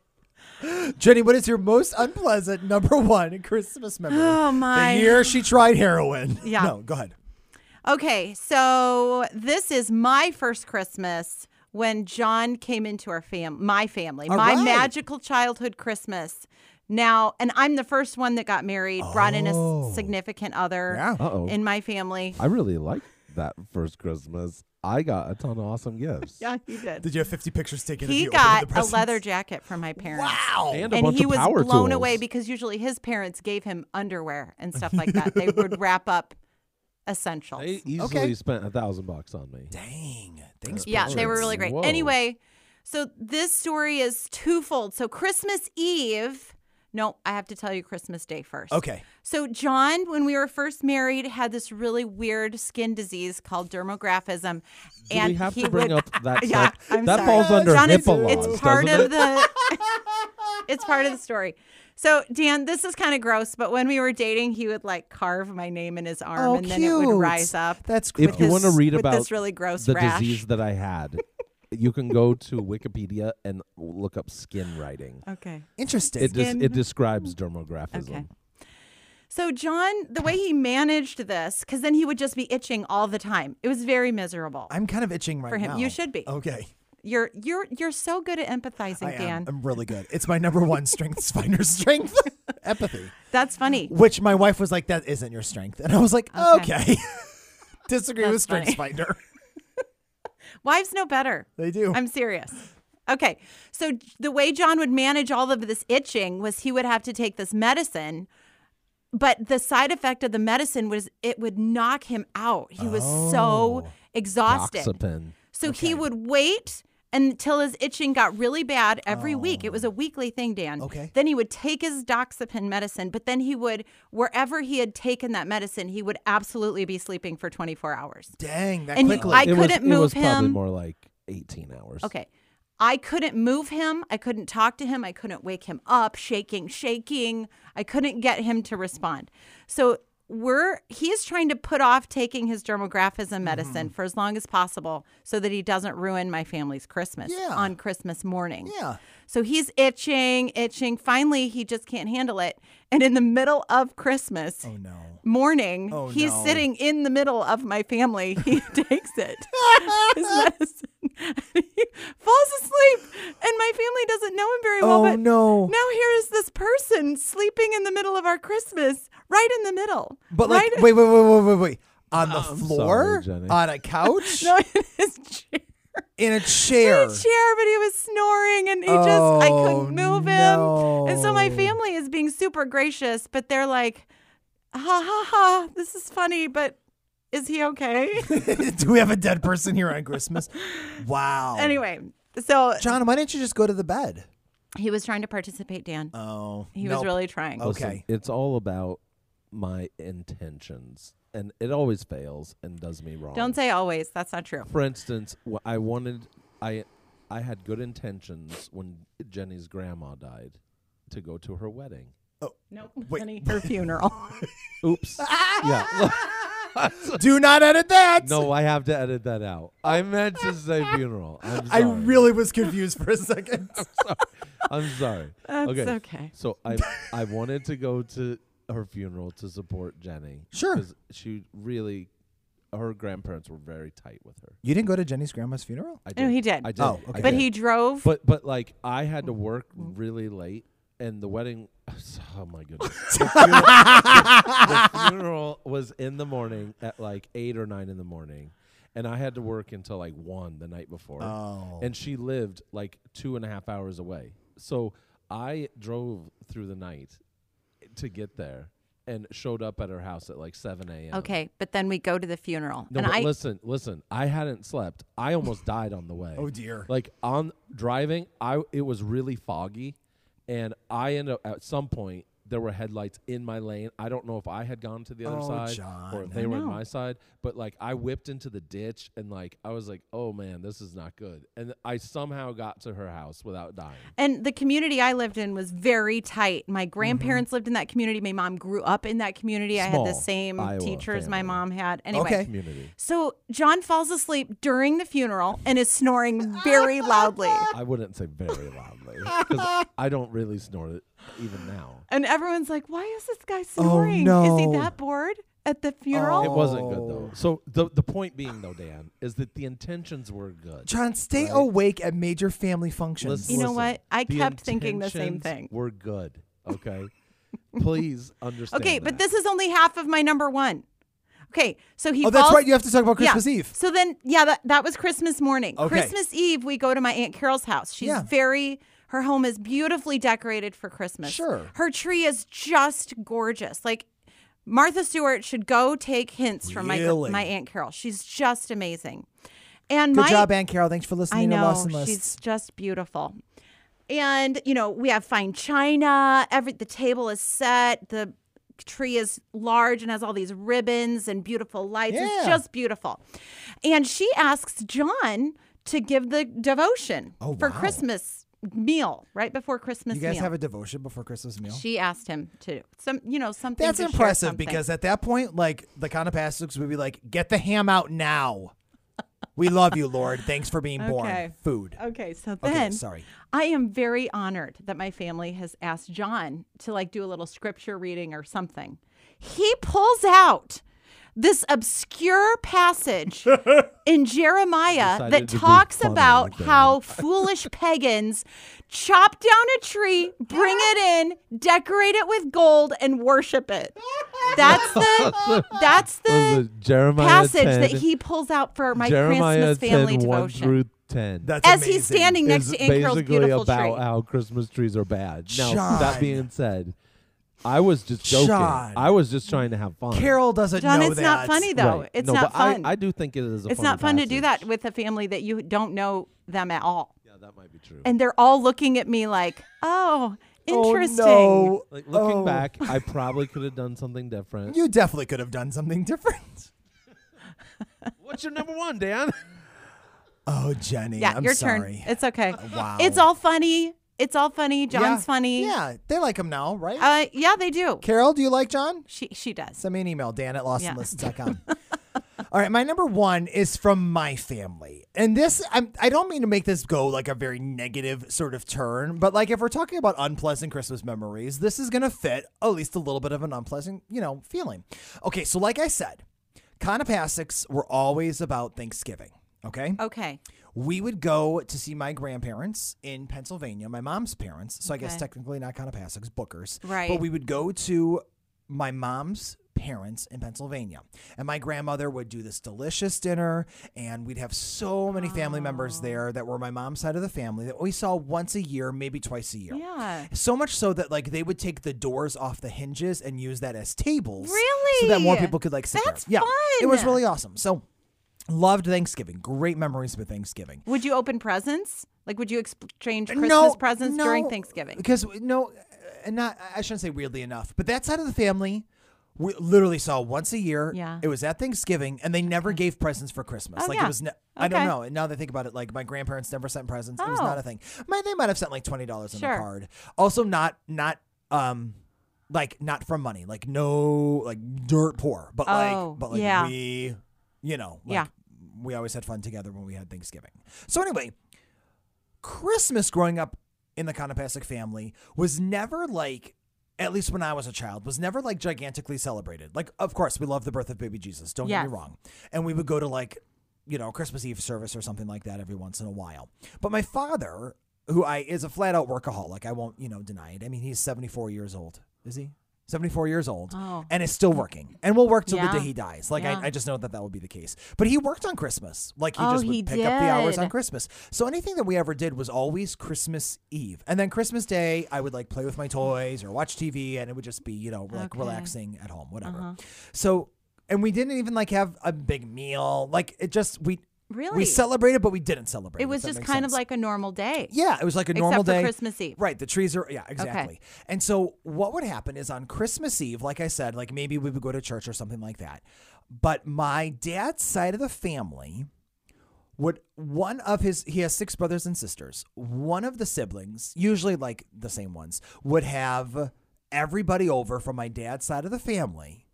[SPEAKER 5] Jenny, what is your most unpleasant number one Christmas memory?
[SPEAKER 7] Oh,
[SPEAKER 5] The
[SPEAKER 7] my.
[SPEAKER 5] year she tried heroin.
[SPEAKER 7] Yeah.
[SPEAKER 5] No, go ahead.
[SPEAKER 7] Okay, so this is my first Christmas when John came into our fam, my family,
[SPEAKER 5] All
[SPEAKER 7] my
[SPEAKER 5] right.
[SPEAKER 7] magical childhood Christmas. Now, and I'm the first one that got married, brought in a s- significant other
[SPEAKER 5] Oh. Yeah.
[SPEAKER 8] Uh-oh.
[SPEAKER 7] in my family.
[SPEAKER 8] I really like that first Christmas. I got a ton of awesome gifts.
[SPEAKER 7] Yeah, he did.
[SPEAKER 5] Did you have 50 pictures taken? of
[SPEAKER 7] He
[SPEAKER 5] you opening
[SPEAKER 7] got
[SPEAKER 5] the
[SPEAKER 7] a leather
[SPEAKER 5] presents?
[SPEAKER 7] jacket from my parents.
[SPEAKER 5] Wow.
[SPEAKER 8] And a
[SPEAKER 7] And
[SPEAKER 8] bunch
[SPEAKER 7] he
[SPEAKER 8] of
[SPEAKER 7] was
[SPEAKER 8] power
[SPEAKER 7] blown
[SPEAKER 8] tools.
[SPEAKER 7] away because usually his parents gave him underwear and stuff like that. They would wrap up essentials.
[SPEAKER 8] They easily
[SPEAKER 5] Okay.
[SPEAKER 8] spent a thousand bucks on me.
[SPEAKER 5] Dang. Thanks.
[SPEAKER 7] Yeah, they were
[SPEAKER 8] Pirates.
[SPEAKER 7] really great.
[SPEAKER 8] Whoa.
[SPEAKER 7] Anyway, so this story is twofold. So Christmas Eve, no, I have to tell you Christmas Day first.
[SPEAKER 5] Okay.
[SPEAKER 7] So John, when we were first married, had this really weird skin disease called dermographism,
[SPEAKER 8] Do we have
[SPEAKER 7] he
[SPEAKER 8] to bring
[SPEAKER 7] would-
[SPEAKER 8] up that?
[SPEAKER 7] Yeah,
[SPEAKER 8] sub-
[SPEAKER 7] I'm
[SPEAKER 8] that
[SPEAKER 7] sorry.
[SPEAKER 8] falls under
[SPEAKER 7] John, it's,
[SPEAKER 8] HIPAA
[SPEAKER 7] it's
[SPEAKER 8] laws,
[SPEAKER 7] part
[SPEAKER 8] doesn't
[SPEAKER 7] of the. it's part of the story. So Dan, this is kind of gross, but when we were dating, he would like carve my name in his arm,
[SPEAKER 5] Oh,
[SPEAKER 7] and then it would
[SPEAKER 5] cute.
[SPEAKER 7] rise up.
[SPEAKER 5] That's
[SPEAKER 8] it?
[SPEAKER 5] great.
[SPEAKER 8] If you want to
[SPEAKER 7] this-
[SPEAKER 8] read
[SPEAKER 7] with
[SPEAKER 8] about
[SPEAKER 7] this really gross
[SPEAKER 8] the
[SPEAKER 7] rash.
[SPEAKER 8] disease that I had, you can go to Wikipedia and look up skin writing.
[SPEAKER 7] Okay.
[SPEAKER 5] Interesting.
[SPEAKER 8] It, des-
[SPEAKER 7] Skin.
[SPEAKER 8] it describes dermographism.
[SPEAKER 7] Okay. So John, the way he managed this, because then he would just be itching all the time. It was very miserable.
[SPEAKER 5] I'm kind of itching right
[SPEAKER 7] For him.
[SPEAKER 5] now.
[SPEAKER 7] You should be.
[SPEAKER 5] Okay.
[SPEAKER 7] you're you're you're so good at empathizing,
[SPEAKER 5] I
[SPEAKER 7] Dan.
[SPEAKER 5] am. I'm really good. It's my number one strength, finder strength, empathy.
[SPEAKER 7] That's funny.
[SPEAKER 5] Which my wife was like, that isn't your strength. And I was like, okay.
[SPEAKER 7] Okay.
[SPEAKER 5] Disagree with
[SPEAKER 7] That's funny.
[SPEAKER 5] strength finder.
[SPEAKER 7] Wives know better.
[SPEAKER 5] They do.
[SPEAKER 7] I'm serious. Okay. So j- the way John would manage all of this itching was he would have to take this medicine, but the side effect of the medicine was it would knock him out. He was so exhausted.
[SPEAKER 8] Oxapin.
[SPEAKER 7] So he would wait until his itching got really bad every week. It was a weekly thing, Dan.
[SPEAKER 5] Okay.
[SPEAKER 7] Then he would take his doxepin medicine, but then he would, wherever he had taken that medicine, he would absolutely be sleeping for 24 hours.
[SPEAKER 5] Dang, that
[SPEAKER 7] And you-
[SPEAKER 5] quickly.
[SPEAKER 7] I
[SPEAKER 8] it was,
[SPEAKER 7] couldn't
[SPEAKER 8] It was
[SPEAKER 7] move
[SPEAKER 8] probably
[SPEAKER 7] him.
[SPEAKER 8] more like eighteen hours.
[SPEAKER 7] Okay. I couldn't move him. I couldn't talk to him. I couldn't wake him up, shaking, shaking. I couldn't get him to respond. So we're he's trying to put off taking his
[SPEAKER 5] Mm-hmm.
[SPEAKER 7] dermographism medicine for as long as possible so that he doesn't ruin my family's Christmas
[SPEAKER 5] Yeah.
[SPEAKER 7] on Christmas morning.
[SPEAKER 5] yeah.
[SPEAKER 7] So he's itching, itching. Finally, he just can't handle it. And in the middle of Christmas
[SPEAKER 5] Oh, no.
[SPEAKER 7] morning,
[SPEAKER 5] Oh,
[SPEAKER 7] he's
[SPEAKER 5] no.
[SPEAKER 7] sitting in the middle of my family. He takes it, his medicine, and he falls asleep. And my family doesn't know him very well.
[SPEAKER 5] Oh,
[SPEAKER 7] but
[SPEAKER 5] no.
[SPEAKER 7] Now here's this person sleeping in the middle of our Christmas, right in the middle.
[SPEAKER 5] But like,
[SPEAKER 7] right
[SPEAKER 5] wait, wait, wait, wait, wait, wait. On the floor,
[SPEAKER 8] sorry, Jenny.
[SPEAKER 5] on a couch,
[SPEAKER 7] no, in his chair.
[SPEAKER 5] in a
[SPEAKER 7] in
[SPEAKER 5] chair.
[SPEAKER 7] a chair, but he was snoring and he just I
[SPEAKER 5] Oh,
[SPEAKER 7] couldn't move him. And so my
[SPEAKER 5] no.
[SPEAKER 7] family is being super gracious, but they're like, ha ha ha, this is funny, but is he okay?
[SPEAKER 5] Do we have a dead person here on Christmas? Wow.
[SPEAKER 7] anyway, so
[SPEAKER 5] Oh. John, why didn't you just go to the bed?
[SPEAKER 7] he was trying to participate, Dan.
[SPEAKER 5] Oh,
[SPEAKER 7] He
[SPEAKER 5] nope.
[SPEAKER 7] was really trying.
[SPEAKER 5] Oh.
[SPEAKER 8] Listen,
[SPEAKER 5] Okay.
[SPEAKER 8] it's all about my intentions, and it always fails and does me wrong.
[SPEAKER 7] Don't say always. That's not true.
[SPEAKER 8] For instance, wh- I wanted, I, I had good intentions when Jenny's grandma died, to go to her wedding.
[SPEAKER 7] Nope.
[SPEAKER 5] Wait.
[SPEAKER 7] Honey, her funeral.
[SPEAKER 8] Oops. yeah.
[SPEAKER 5] Do not edit that.
[SPEAKER 8] no, I have to edit that out. I meant to say funeral. I'm
[SPEAKER 5] I
[SPEAKER 8] sorry.
[SPEAKER 5] really was confused for a second.
[SPEAKER 8] I'm sorry.
[SPEAKER 7] That's
[SPEAKER 8] okay.
[SPEAKER 7] okay.
[SPEAKER 8] So I I wanted to go to her funeral to support Jenny.
[SPEAKER 5] Sure.
[SPEAKER 8] Because she really, her grandparents were very tight with her.
[SPEAKER 5] you didn't go to Jenny's grandma's funeral?
[SPEAKER 8] I did.
[SPEAKER 7] No, he did.
[SPEAKER 8] I did.
[SPEAKER 5] Oh,
[SPEAKER 8] I
[SPEAKER 5] okay.
[SPEAKER 7] but
[SPEAKER 8] did.
[SPEAKER 7] he drove.
[SPEAKER 8] But but like I had to work really late, and the wedding. Oh my goodness. The funeral, the- the funeral was in the morning at like eight or nine in the morning, and I had to work until like one the night before.
[SPEAKER 5] Oh.
[SPEAKER 8] And she lived like two and a half hours away, so I drove through the night to get there and showed up at her house at like seven a.m.
[SPEAKER 7] okay, but then we go to the funeral.
[SPEAKER 8] No,
[SPEAKER 7] and
[SPEAKER 8] but
[SPEAKER 7] I
[SPEAKER 8] listen, listen. I hadn't slept. I almost died on the way.
[SPEAKER 5] Oh, dear.
[SPEAKER 8] Like on driving, I it was really foggy, and I ended up at some point there were headlights in my lane. I don't know if I had gone to the other
[SPEAKER 5] Oh,
[SPEAKER 8] side or
[SPEAKER 5] John.
[SPEAKER 8] if they were on
[SPEAKER 7] know.
[SPEAKER 8] my side, but like I whipped into the ditch and like I was like, "Oh man, this is not good." And I somehow got to her house without dying.
[SPEAKER 7] And the community I lived in was very tight.
[SPEAKER 5] Mm-hmm.
[SPEAKER 7] My grandparents lived in that community. My mom grew up in that community. I had
[SPEAKER 8] Small
[SPEAKER 7] the same
[SPEAKER 8] Iowa
[SPEAKER 7] teachers my
[SPEAKER 8] family.
[SPEAKER 7] mom had. Anyway.
[SPEAKER 5] Okay.
[SPEAKER 8] Community.
[SPEAKER 7] So John falls asleep during the funeral and is snoring very loudly.
[SPEAKER 8] I wouldn't say very loudly because I don't really snort it even now.
[SPEAKER 7] And everyone's like, why is this guy snoring? Is he
[SPEAKER 5] Oh, no.
[SPEAKER 7] that bored at the funeral?
[SPEAKER 8] It wasn't good
[SPEAKER 5] Oh.
[SPEAKER 8] though. So the the point being though, Dan, is that the intentions were good.
[SPEAKER 5] John, stay awake at major family functions.
[SPEAKER 8] Listen,
[SPEAKER 7] You know
[SPEAKER 8] listen.
[SPEAKER 7] what? I
[SPEAKER 8] The
[SPEAKER 7] kept thinking the same
[SPEAKER 8] intentions
[SPEAKER 7] thing.
[SPEAKER 8] We're good. Okay. Please understand.
[SPEAKER 7] Okay, but
[SPEAKER 8] that.
[SPEAKER 7] this is only half of my number one. Okay, so he.
[SPEAKER 5] oh, that's
[SPEAKER 7] falls-
[SPEAKER 5] right. You have to talk about
[SPEAKER 7] Yeah.
[SPEAKER 5] Christmas Eve.
[SPEAKER 7] So then, yeah, that, that was Christmas morning.
[SPEAKER 5] Okay.
[SPEAKER 7] Christmas Eve, we go to my aunt Carol's house. She's
[SPEAKER 5] Yeah.
[SPEAKER 7] very. Her home is beautifully decorated for Christmas.
[SPEAKER 5] Sure.
[SPEAKER 7] Her tree is just gorgeous. Like Martha Stewart should go take hints from my gr-
[SPEAKER 5] Really?
[SPEAKER 7] my aunt Carol. She's just amazing. And
[SPEAKER 5] Good
[SPEAKER 7] my
[SPEAKER 5] job, Aunt Carol. Thanks for listening
[SPEAKER 7] I
[SPEAKER 5] to Lost
[SPEAKER 7] know
[SPEAKER 5] and
[SPEAKER 7] she's
[SPEAKER 5] Lists.
[SPEAKER 7] just beautiful. And you know, we have fine china. Every the table is set. The tree is large and has all these ribbons and beautiful lights. It's
[SPEAKER 5] Yeah.
[SPEAKER 7] just beautiful. And she asks John to give the devotion
[SPEAKER 5] Oh,
[SPEAKER 7] for
[SPEAKER 5] wow.
[SPEAKER 7] Christmas meal right before Christmas
[SPEAKER 5] You guys
[SPEAKER 7] meal.
[SPEAKER 5] have a devotion before Christmas meal?
[SPEAKER 7] she asked him to some, you know, something.
[SPEAKER 5] That's
[SPEAKER 7] to share
[SPEAKER 5] impressive
[SPEAKER 7] something.
[SPEAKER 5] because at that point, like the Conopastics would be like, "Get the ham out now." we love you, Lord. Thanks for being
[SPEAKER 7] Okay. Oh,
[SPEAKER 5] born. Food.
[SPEAKER 7] Okay, so
[SPEAKER 5] Okay,
[SPEAKER 7] then
[SPEAKER 5] sorry.
[SPEAKER 7] I am very honored that my family has asked John to like do a little scripture reading or something. He pulls out this obscure passage in Jeremiah
[SPEAKER 8] Decided
[SPEAKER 7] that
[SPEAKER 8] to be
[SPEAKER 7] talks
[SPEAKER 8] funny
[SPEAKER 7] about
[SPEAKER 8] again.
[SPEAKER 7] how foolish pagans chop down a tree, bring it in, decorate it with gold, and worship it. That's the that's
[SPEAKER 8] Was
[SPEAKER 7] the
[SPEAKER 8] it Jeremiah
[SPEAKER 7] passage
[SPEAKER 8] 10,
[SPEAKER 7] that he pulls out for my
[SPEAKER 8] Jeremiah
[SPEAKER 7] Christmas family
[SPEAKER 8] 10, 1
[SPEAKER 7] devotion
[SPEAKER 8] through 10.
[SPEAKER 5] That's
[SPEAKER 7] as
[SPEAKER 5] amazing.
[SPEAKER 7] he's standing next
[SPEAKER 8] is
[SPEAKER 7] to Aunt Carol's
[SPEAKER 8] basically
[SPEAKER 7] beautiful
[SPEAKER 8] about
[SPEAKER 7] tree.
[SPEAKER 8] how Christmas trees are bad. Now,
[SPEAKER 5] John.
[SPEAKER 8] that being said, I was just joking.
[SPEAKER 5] John.
[SPEAKER 8] I was just trying to have fun.
[SPEAKER 5] Carol doesn't
[SPEAKER 7] John,
[SPEAKER 5] know
[SPEAKER 7] it's
[SPEAKER 5] that.
[SPEAKER 7] not funny though.
[SPEAKER 8] Right.
[SPEAKER 7] It's
[SPEAKER 8] No,
[SPEAKER 7] not
[SPEAKER 8] but I-
[SPEAKER 7] fun.
[SPEAKER 8] I, do think it is a
[SPEAKER 7] it's
[SPEAKER 8] funny
[SPEAKER 7] not fun to do
[SPEAKER 8] passage.
[SPEAKER 7] that with a family that you don't know them at all,
[SPEAKER 8] Yeah, that might be true.
[SPEAKER 7] and they're all looking at me like, "Oh, interesting."
[SPEAKER 5] Oh, no.
[SPEAKER 8] like looking
[SPEAKER 5] Oh.
[SPEAKER 8] back, I probably could have done something different.
[SPEAKER 5] you definitely could have done something different.
[SPEAKER 8] What's your number one, Dan?
[SPEAKER 5] Oh, Jenny,
[SPEAKER 7] Yeah,
[SPEAKER 5] I'm
[SPEAKER 7] your
[SPEAKER 5] sorry. Oh,
[SPEAKER 7] turn. It's okay.
[SPEAKER 5] Wow.
[SPEAKER 7] It's all funny. It's all funny. John's
[SPEAKER 5] Yeah.
[SPEAKER 7] funny.
[SPEAKER 5] Yeah, they like him now, right?
[SPEAKER 7] Uh, yeah, they do.
[SPEAKER 5] Carol, do you like John?
[SPEAKER 7] She she does.
[SPEAKER 5] Send me an email, Dan at
[SPEAKER 7] Yeah.
[SPEAKER 5] lostandlists.com. All right, my number one is from my family. And this, I'm, I don't mean to make this go like a very negative sort of turn, but like if we're talking about unpleasant Christmas memories, this is going to fit at least a little bit of an unpleasant, you know, feeling. Okay, so like I said, Conopastics were always about Thanksgiving, okay?
[SPEAKER 7] Okay.
[SPEAKER 5] we would go to see my grandparents in Pennsylvania, my mom's parents. So I guess
[SPEAKER 7] Okay.
[SPEAKER 5] technically not Conopastics, Bookers.
[SPEAKER 7] Right.
[SPEAKER 5] But we would go to my mom's parents in Pennsylvania. And my grandmother would do this delicious dinner, and we'd have so many family members there that were my mom's side of the family that we saw once a year, maybe twice a year.
[SPEAKER 7] Yeah.
[SPEAKER 5] So much so that like they would take the doors off the hinges and use that as tables. So
[SPEAKER 7] Really?
[SPEAKER 5] that more people could like sit
[SPEAKER 7] That's
[SPEAKER 5] there. Yeah. It was
[SPEAKER 7] fun.
[SPEAKER 5] really awesome. So loved Thanksgiving. Great memories with Thanksgiving.
[SPEAKER 7] Would you open presents? Like, would you exchange Christmas
[SPEAKER 5] Uh,
[SPEAKER 7] presents during Thanksgiving?
[SPEAKER 5] Because no, uh, not I shouldn't say weirdly enough, but that side of the family. We literally saw once a year.
[SPEAKER 7] Yeah.
[SPEAKER 5] It was at Thanksgiving, and they never gave presents for Christmas.
[SPEAKER 7] Oh,
[SPEAKER 5] like
[SPEAKER 7] yeah.
[SPEAKER 5] it was. Ne- I don't
[SPEAKER 7] Okay.
[SPEAKER 5] know. Now that I think about it, like my grandparents never sent presents. It was
[SPEAKER 7] Oh.
[SPEAKER 5] not a thing. My they might have sent like twenty dollars on
[SPEAKER 7] Sure.
[SPEAKER 5] the card. Also, not not um, like not from money. Like no, like dirt poor. But
[SPEAKER 7] Oh,
[SPEAKER 5] like, but like
[SPEAKER 7] yeah.
[SPEAKER 5] we, you know, like,
[SPEAKER 7] Yeah.
[SPEAKER 5] We always had fun together when we had Thanksgiving. So anyway, Christmas growing up in the Conopastic family was never like, at least when I was a child, was never like gigantically celebrated. Like, of course, we love the birth of baby Jesus. Don't get
[SPEAKER 7] Yes.
[SPEAKER 5] me wrong. And we would go to like, you know, Christmas Eve service or something like that every once in a while. But my father, who I is a flat out workaholic, I won't, you know, deny it. I mean, he's 74 years old. Is he? 74 years old
[SPEAKER 7] Oh.
[SPEAKER 5] and is still working and will work till
[SPEAKER 7] Yeah.
[SPEAKER 5] the day he dies. Like,
[SPEAKER 7] Yeah.
[SPEAKER 5] I, I just know that that would be the case. But he worked on Christmas. Like, he
[SPEAKER 7] Oh,
[SPEAKER 5] just would
[SPEAKER 7] he
[SPEAKER 5] pick up the hours
[SPEAKER 7] did.
[SPEAKER 5] on Christmas. So anything that we ever did was always Christmas Eve. And then Christmas Day, I would like play with my toys or watch TV and it would just be, you know, like
[SPEAKER 7] Okay. Uh-huh.
[SPEAKER 5] relaxing at home, whatever. So, and we didn't even like have a big meal. Like, it just, we,
[SPEAKER 7] Really?
[SPEAKER 5] We celebrated, but we didn't celebrate.
[SPEAKER 7] it was
[SPEAKER 5] if that
[SPEAKER 7] just
[SPEAKER 5] makes
[SPEAKER 7] kind of
[SPEAKER 5] sense.
[SPEAKER 7] like a normal day.
[SPEAKER 5] Yeah, it was like a
[SPEAKER 7] Except
[SPEAKER 5] normal
[SPEAKER 7] for
[SPEAKER 5] day.
[SPEAKER 7] Christmas Eve.
[SPEAKER 5] Right. The trees are yeah, exactly. And so what would happen is on Christmas Eve, like I said, like maybe we would go to church or something like that. But my dad's side of the family would one of his he has six brothers and sisters. One of the siblings, usually like the same ones, would have everybody over from my dad's side of the family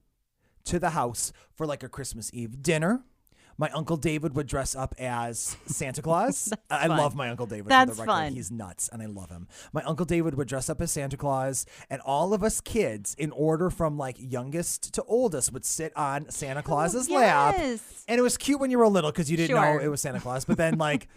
[SPEAKER 5] to the house for like a Christmas Eve dinner. My uncle David would dress up as Santa Claus. I I love my uncle David. for the
[SPEAKER 7] That's
[SPEAKER 5] record.
[SPEAKER 7] fun.
[SPEAKER 5] He's nuts, and I love him. My uncle David would dress up as Santa Claus, and all of us kids, in order from like youngest to oldest, would sit on Santa Claus's lap.
[SPEAKER 7] yes.
[SPEAKER 5] And it was cute when you were little because you didn't
[SPEAKER 7] Sure.
[SPEAKER 5] know it was Santa Claus. But then, like,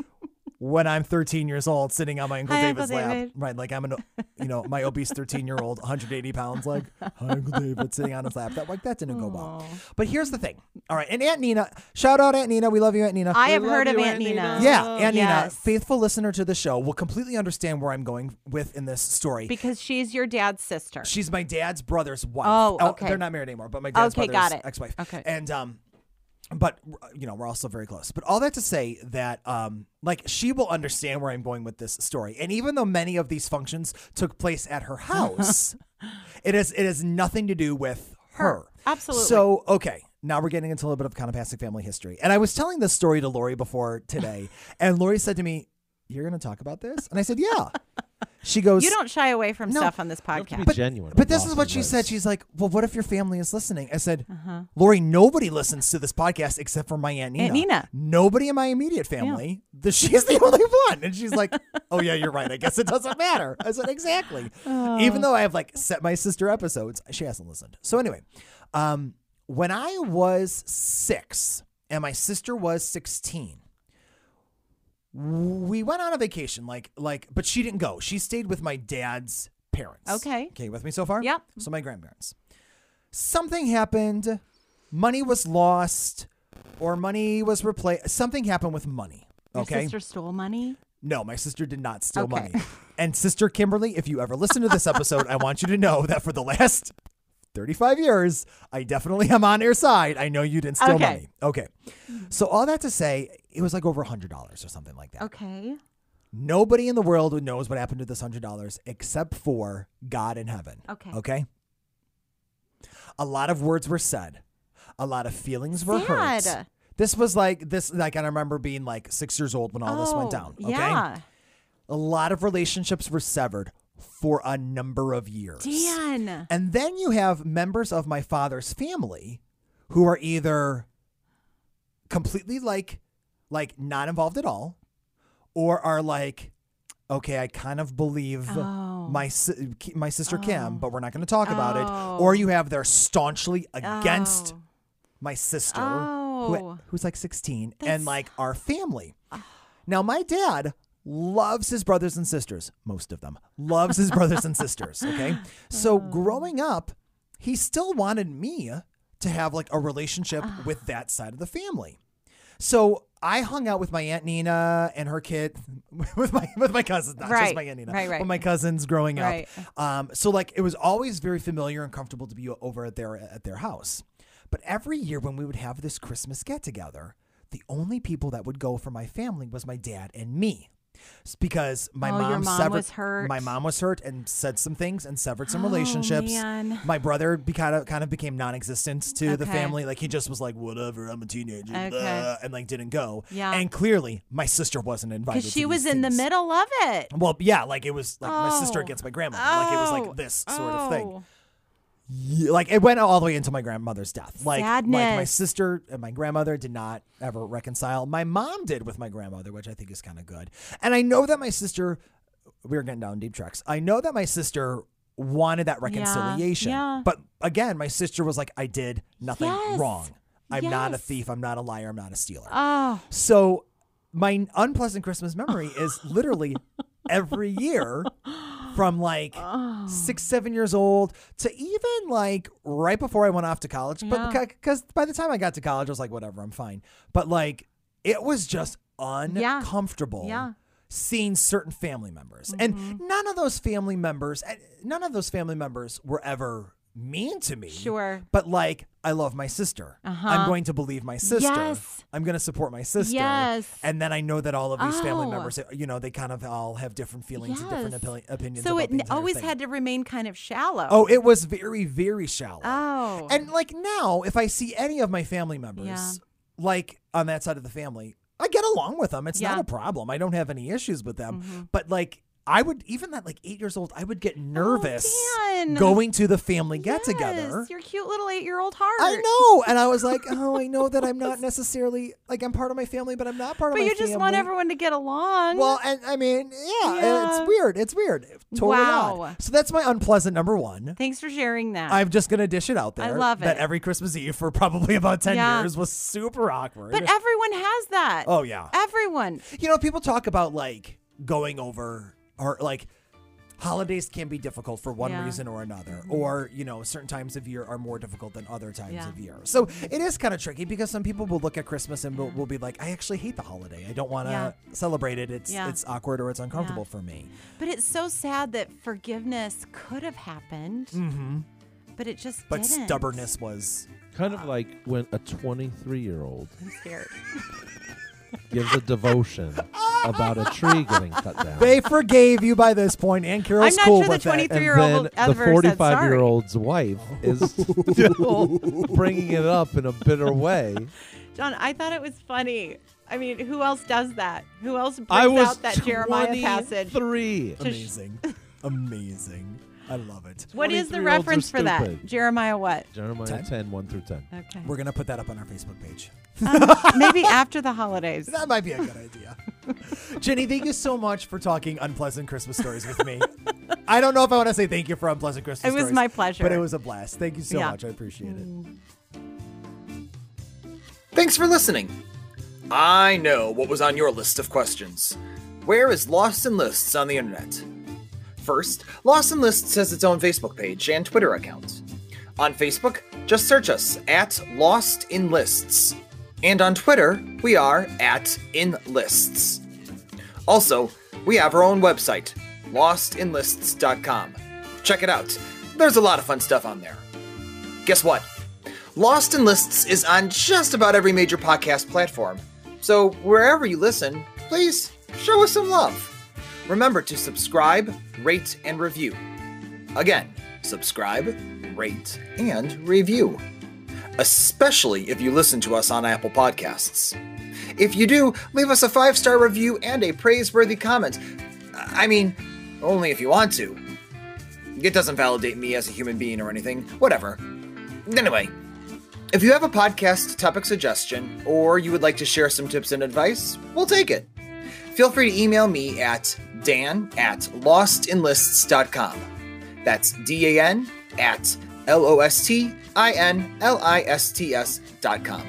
[SPEAKER 5] when I'm 13 years old, sitting on my uncle
[SPEAKER 7] Hi,
[SPEAKER 5] David's
[SPEAKER 7] Uncle
[SPEAKER 5] lap,
[SPEAKER 7] David.
[SPEAKER 5] right? Like I'm an, you know, my obese 13 year old, 180 pounds, like hi, Uncle David, sitting on his lap. That like that didn't go well. But here's the thing. All right, and Aunt Nina, shout out Aunt Nina. We love you, Aunt Nina.
[SPEAKER 7] I have
[SPEAKER 8] love
[SPEAKER 7] heard of
[SPEAKER 8] you,
[SPEAKER 7] Aunt
[SPEAKER 8] Aunt
[SPEAKER 7] Nina.
[SPEAKER 8] Nina.
[SPEAKER 5] yeah, Aunt Nina,
[SPEAKER 7] Oh, Yes.
[SPEAKER 5] faithful listener to the show, will completely understand where I'm going with in this story.
[SPEAKER 7] Because she's your dad's sister.
[SPEAKER 5] She's my dad's brother's wife.
[SPEAKER 7] Oh, okay.
[SPEAKER 5] They're not married anymore, but my dad's
[SPEAKER 7] Okay,
[SPEAKER 5] brother's
[SPEAKER 7] got it.
[SPEAKER 5] ex-wife.
[SPEAKER 7] Okay.
[SPEAKER 5] And um, but you know we're all still very close. But all that to say that um, like she will understand where I'm going with this story. And even though many of these functions took place at her house, it is it has nothing to do with her.
[SPEAKER 7] Absolutely.
[SPEAKER 5] So okay. Now we're getting into a little bit of Conopastic family history. And I was telling this story to Lori before today, and Lori said to me, You're gonna talk about this? And I said, Yeah. She goes
[SPEAKER 7] you don't shy away from
[SPEAKER 5] No.
[SPEAKER 7] stuff on this
[SPEAKER 8] have to be
[SPEAKER 7] podcast.
[SPEAKER 8] genuine.
[SPEAKER 5] but this is
[SPEAKER 8] Lost
[SPEAKER 5] what
[SPEAKER 8] in
[SPEAKER 5] she
[SPEAKER 8] Lights.
[SPEAKER 5] said. She's like, "Well, what if your family is listening?" I said, "Lori, nobody listens to this podcast except for my aunt Nina.
[SPEAKER 7] Aunt Nina.
[SPEAKER 5] Nobody in my immediate family. The, she's the only one." And she's like, "Oh yeah, you're right. I guess it doesn't matter." I said, "Exactly." Even though I have like set my sister episodes, she hasn't listened. So anyway, um, when I was six and my sister was sixteen, we went on a vacation like like but she didn't go she stayed with my dad's parents
[SPEAKER 7] Okay.
[SPEAKER 5] okay with me so far
[SPEAKER 7] Yep.
[SPEAKER 5] so my grandparents something happened money was lost or money was replaced something happened with money
[SPEAKER 7] Your
[SPEAKER 5] okay
[SPEAKER 7] sister stole money.
[SPEAKER 5] no my sister did not steal
[SPEAKER 7] Okay.
[SPEAKER 5] money and sister kimberly if you ever listen to this episode i want you to know that for the last 35 years i definitely am on your side i know you didn't steal
[SPEAKER 7] Okay.
[SPEAKER 5] money okay so all that to say it was like over $100 or something like that
[SPEAKER 7] Okay.
[SPEAKER 5] Nobody in the world would knows what happened to this hundred dollars except for God in heaven.
[SPEAKER 7] Okay.
[SPEAKER 5] Okay. A lot of words were said. A lot of feelings were hurt.
[SPEAKER 7] Sad.
[SPEAKER 5] This was like this like I remember being like six years old when all this went
[SPEAKER 7] Oh,
[SPEAKER 5] down. Okay.
[SPEAKER 7] Yeah.
[SPEAKER 5] A lot of relationships were severed for a number of years.
[SPEAKER 7] Dan.
[SPEAKER 5] And then you have members of my father's family who are either completely like like not involved at all or are like okay, I kind of believe
[SPEAKER 7] Oh.
[SPEAKER 5] my si- my sister Kim, but we're not going to talk about
[SPEAKER 7] Oh.
[SPEAKER 5] it. Or you have they're staunchly against
[SPEAKER 7] Oh.
[SPEAKER 5] my sister
[SPEAKER 7] Oh. Ah.
[SPEAKER 5] who, who's like 16 and like our family. Now my dad loves his brothers and sisters, most of them. Loves his brothers and sisters, okay?
[SPEAKER 7] Oh.
[SPEAKER 5] So growing up, he still wanted me to have like a relationship
[SPEAKER 7] Ah.
[SPEAKER 5] with that side of the family. So I hung out with my aunt Nina and her kid, with my with my cousins, not just
[SPEAKER 7] Right.
[SPEAKER 5] my aunt Nina,
[SPEAKER 7] Right, right.
[SPEAKER 5] but my cousins growing
[SPEAKER 7] Right.
[SPEAKER 5] up. Um, so like it was always very familiar and comfortable to be over at their at their house. But every year when we would have this Christmas get together, the only people that would go from my family was my dad and me. It's because my
[SPEAKER 7] Oh, your
[SPEAKER 5] mom,
[SPEAKER 7] mom
[SPEAKER 5] severed
[SPEAKER 7] was hurt.
[SPEAKER 5] my mom was hurt and said some things and severed some
[SPEAKER 7] Oh,
[SPEAKER 5] relationships.
[SPEAKER 7] man.
[SPEAKER 5] My brother be kind of kind of became non-existent to the
[SPEAKER 7] Okay.
[SPEAKER 5] family. Like he just was like whatever, I'm a teenager
[SPEAKER 7] Okay.
[SPEAKER 5] blah, and like didn't go.
[SPEAKER 7] Yeah.
[SPEAKER 5] And clearly my sister wasn't invited.
[SPEAKER 7] Because she
[SPEAKER 5] to
[SPEAKER 7] was
[SPEAKER 5] these
[SPEAKER 7] in the
[SPEAKER 5] things.
[SPEAKER 7] middle of it.
[SPEAKER 5] Well, yeah, like it was like my sister
[SPEAKER 7] Oh.
[SPEAKER 5] against my grandmother. Like it was
[SPEAKER 7] Oh.
[SPEAKER 5] like this sort of thing.
[SPEAKER 7] Oh.
[SPEAKER 5] Yeah, like it went all the way into my grandmother's death. Like, like my
[SPEAKER 7] Sadness.
[SPEAKER 5] sister and my grandmother did not ever reconcile. My mom did with my grandmother, which I think is kind of good. And I know that my sister, we were getting down deep tracks. I know that my sister wanted that reconciliation,
[SPEAKER 7] yeah.
[SPEAKER 5] but again, my sister was like, "I did nothing
[SPEAKER 7] Yes,
[SPEAKER 5] wrong. I'm not a
[SPEAKER 7] yes.
[SPEAKER 5] thief. I'm not a liar. I'm not a stealer."
[SPEAKER 7] Oh.
[SPEAKER 5] So my unpleasant Christmas memory is literally every year from like six,
[SPEAKER 7] Oh.
[SPEAKER 5] seven years old to even like right before I went off to college. But because by the time I got to college, I was like, whatever, I'm fine. But like, it was just uncomfortable
[SPEAKER 7] Yeah. Mm-hmm.
[SPEAKER 5] seeing certain eh, family members, and none of those family members, and none of those family members were ever mean to me.
[SPEAKER 7] Sure.
[SPEAKER 5] But like, I love my sister. I'm going to believe my sister.
[SPEAKER 7] Uh-huh. Yes.
[SPEAKER 5] I'm going to support my sister.
[SPEAKER 7] Yes.
[SPEAKER 5] And then I know that all of these family
[SPEAKER 7] Oh.
[SPEAKER 5] members, you know, they kind of all have different feelings and
[SPEAKER 7] Yes.
[SPEAKER 5] different opi- opinions.
[SPEAKER 7] So
[SPEAKER 5] about
[SPEAKER 7] it
[SPEAKER 5] the
[SPEAKER 7] n-
[SPEAKER 5] entire
[SPEAKER 7] always
[SPEAKER 5] thing.
[SPEAKER 7] had to remain kind of shallow.
[SPEAKER 5] Oh, it was very, very shallow.
[SPEAKER 7] Oh.
[SPEAKER 5] And like now, if I see any of my family members,
[SPEAKER 7] Yeah.
[SPEAKER 5] like on that side of the family, I get along with them. It's not
[SPEAKER 7] Yeah. Mm-hmm.
[SPEAKER 5] a problem. I don't have any issues with them. But like, I would even at like eight years old, I would get nervous
[SPEAKER 7] Oh, Dan.
[SPEAKER 5] going to the family get together.
[SPEAKER 7] Yes, Your cute little eight-year-old heart.
[SPEAKER 5] I know, and I was like, oh, I know that I'm not necessarily like I'm part of my family, but I'm not part of
[SPEAKER 7] But
[SPEAKER 5] my
[SPEAKER 7] you
[SPEAKER 5] family.
[SPEAKER 7] just want everyone to get along.
[SPEAKER 5] Well, and I mean, yeah,
[SPEAKER 7] Yeah.
[SPEAKER 5] it's weird. It's weird. Totally odd.
[SPEAKER 7] Wow.
[SPEAKER 5] So that's my unpleasant number one.
[SPEAKER 7] thanks for sharing that.
[SPEAKER 5] I'm just gonna dish it out
[SPEAKER 7] I
[SPEAKER 5] there.
[SPEAKER 7] love
[SPEAKER 5] That
[SPEAKER 7] it.
[SPEAKER 5] every Christmas Eve for probably about ten
[SPEAKER 7] Yeah.
[SPEAKER 5] years was super awkward.
[SPEAKER 7] but everyone has that.
[SPEAKER 5] oh yeah.
[SPEAKER 7] Everyone.
[SPEAKER 5] You know, people talk about like going over or like holidays can be difficult for one
[SPEAKER 7] Yeah. Mm-hmm.
[SPEAKER 5] reason or another, or you know, certain times of year are more difficult than other times
[SPEAKER 7] Yeah.
[SPEAKER 5] of year. So it is kind of tricky because some people will look at Christmas and will, will be like, I actually hate the holiday. I don't want to
[SPEAKER 7] Yeah.
[SPEAKER 5] celebrate it. It's
[SPEAKER 7] Yeah.
[SPEAKER 5] it's awkward or it's uncomfortable for me.
[SPEAKER 7] But it's so sad that forgiveness could have happened. Mm-hmm. But it just
[SPEAKER 5] But
[SPEAKER 7] didn't.
[SPEAKER 5] stubbornness was
[SPEAKER 8] Kind of like when a 23 year old
[SPEAKER 7] I'm scared.
[SPEAKER 8] gives a devotion about a tree getting cut down.
[SPEAKER 5] they forgave you by this point, and Carol's
[SPEAKER 7] I'm not
[SPEAKER 5] cool
[SPEAKER 7] sure the
[SPEAKER 5] with it.
[SPEAKER 7] 23
[SPEAKER 8] and
[SPEAKER 7] 23-year-old
[SPEAKER 8] then
[SPEAKER 7] will
[SPEAKER 8] the
[SPEAKER 7] ever said
[SPEAKER 8] 45 year
[SPEAKER 7] sorry.
[SPEAKER 8] old's wife is still bringing it up in a bitter way.
[SPEAKER 7] John, I thought it was funny. I mean, who else does that? Who else brings
[SPEAKER 8] I was
[SPEAKER 7] out that Jeremiah passage?
[SPEAKER 8] Three.
[SPEAKER 7] to sh-
[SPEAKER 5] Amazing. Amazing. I love it.
[SPEAKER 7] What is the
[SPEAKER 8] 23-year-olds are
[SPEAKER 7] reference for that?
[SPEAKER 8] stupid.
[SPEAKER 7] Jeremiah what?
[SPEAKER 8] Jeremiah 10? 1 through 10.
[SPEAKER 7] Okay.
[SPEAKER 5] We're going to put that up on our Facebook page.
[SPEAKER 7] Maybe after the holidays.
[SPEAKER 5] That might be a good idea. Jenny, thank you so much for talking unpleasant Christmas stories with me. I don't know if I want to say thank you for unpleasant Christmas
[SPEAKER 7] It was
[SPEAKER 5] stories,
[SPEAKER 7] my pleasure.
[SPEAKER 5] But it was a blast. Thank you so
[SPEAKER 7] Yeah. Mm.
[SPEAKER 5] much. I appreciate it.
[SPEAKER 6] Thanks for listening. I know what was on your list of questions. Where is Lost in Lists on the internet? First, Lost in Lists has its own Facebook page and Twitter account. On Facebook, just search us at Lost in Lists. And on Twitter, we are at In Lists. Also, we have our own website, lostinlists.com. Check it out. There's a lot of fun stuff on there. Guess what? Lost in Lists is on just about every major podcast platform. So wherever you listen, please show us some love. Remember to subscribe, rate, and review. Again, subscribe, rate, and review. Especially if you listen to us on Apple Podcasts. If you do, leave us a five star review and a praiseworthy comment. I mean, only if you want to. It doesn't validate me as a human being or anything. Whatever. Anyway, if you have a podcast topic suggestion or you would like to share some tips and advice, we'll take it. Feel free to email me at dan at lostinlists.com. That's D A N at L O S T I N L I S T S dot com.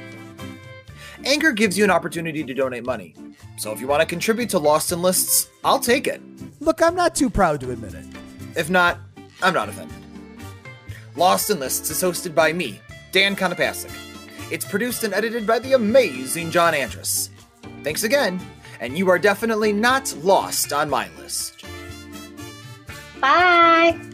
[SPEAKER 6] Anchor gives you an opportunity to donate money. So if you want to contribute to Lost in Lists, I'll take it.
[SPEAKER 5] Look, I'm not too proud to admit it.
[SPEAKER 6] If not, I'm not offended. Lost in Lists is hosted by me, Dan Konopasik. It's produced and edited by the amazing John Andrus. Thanks again, and you are definitely not lost on my list.
[SPEAKER 1] Bye.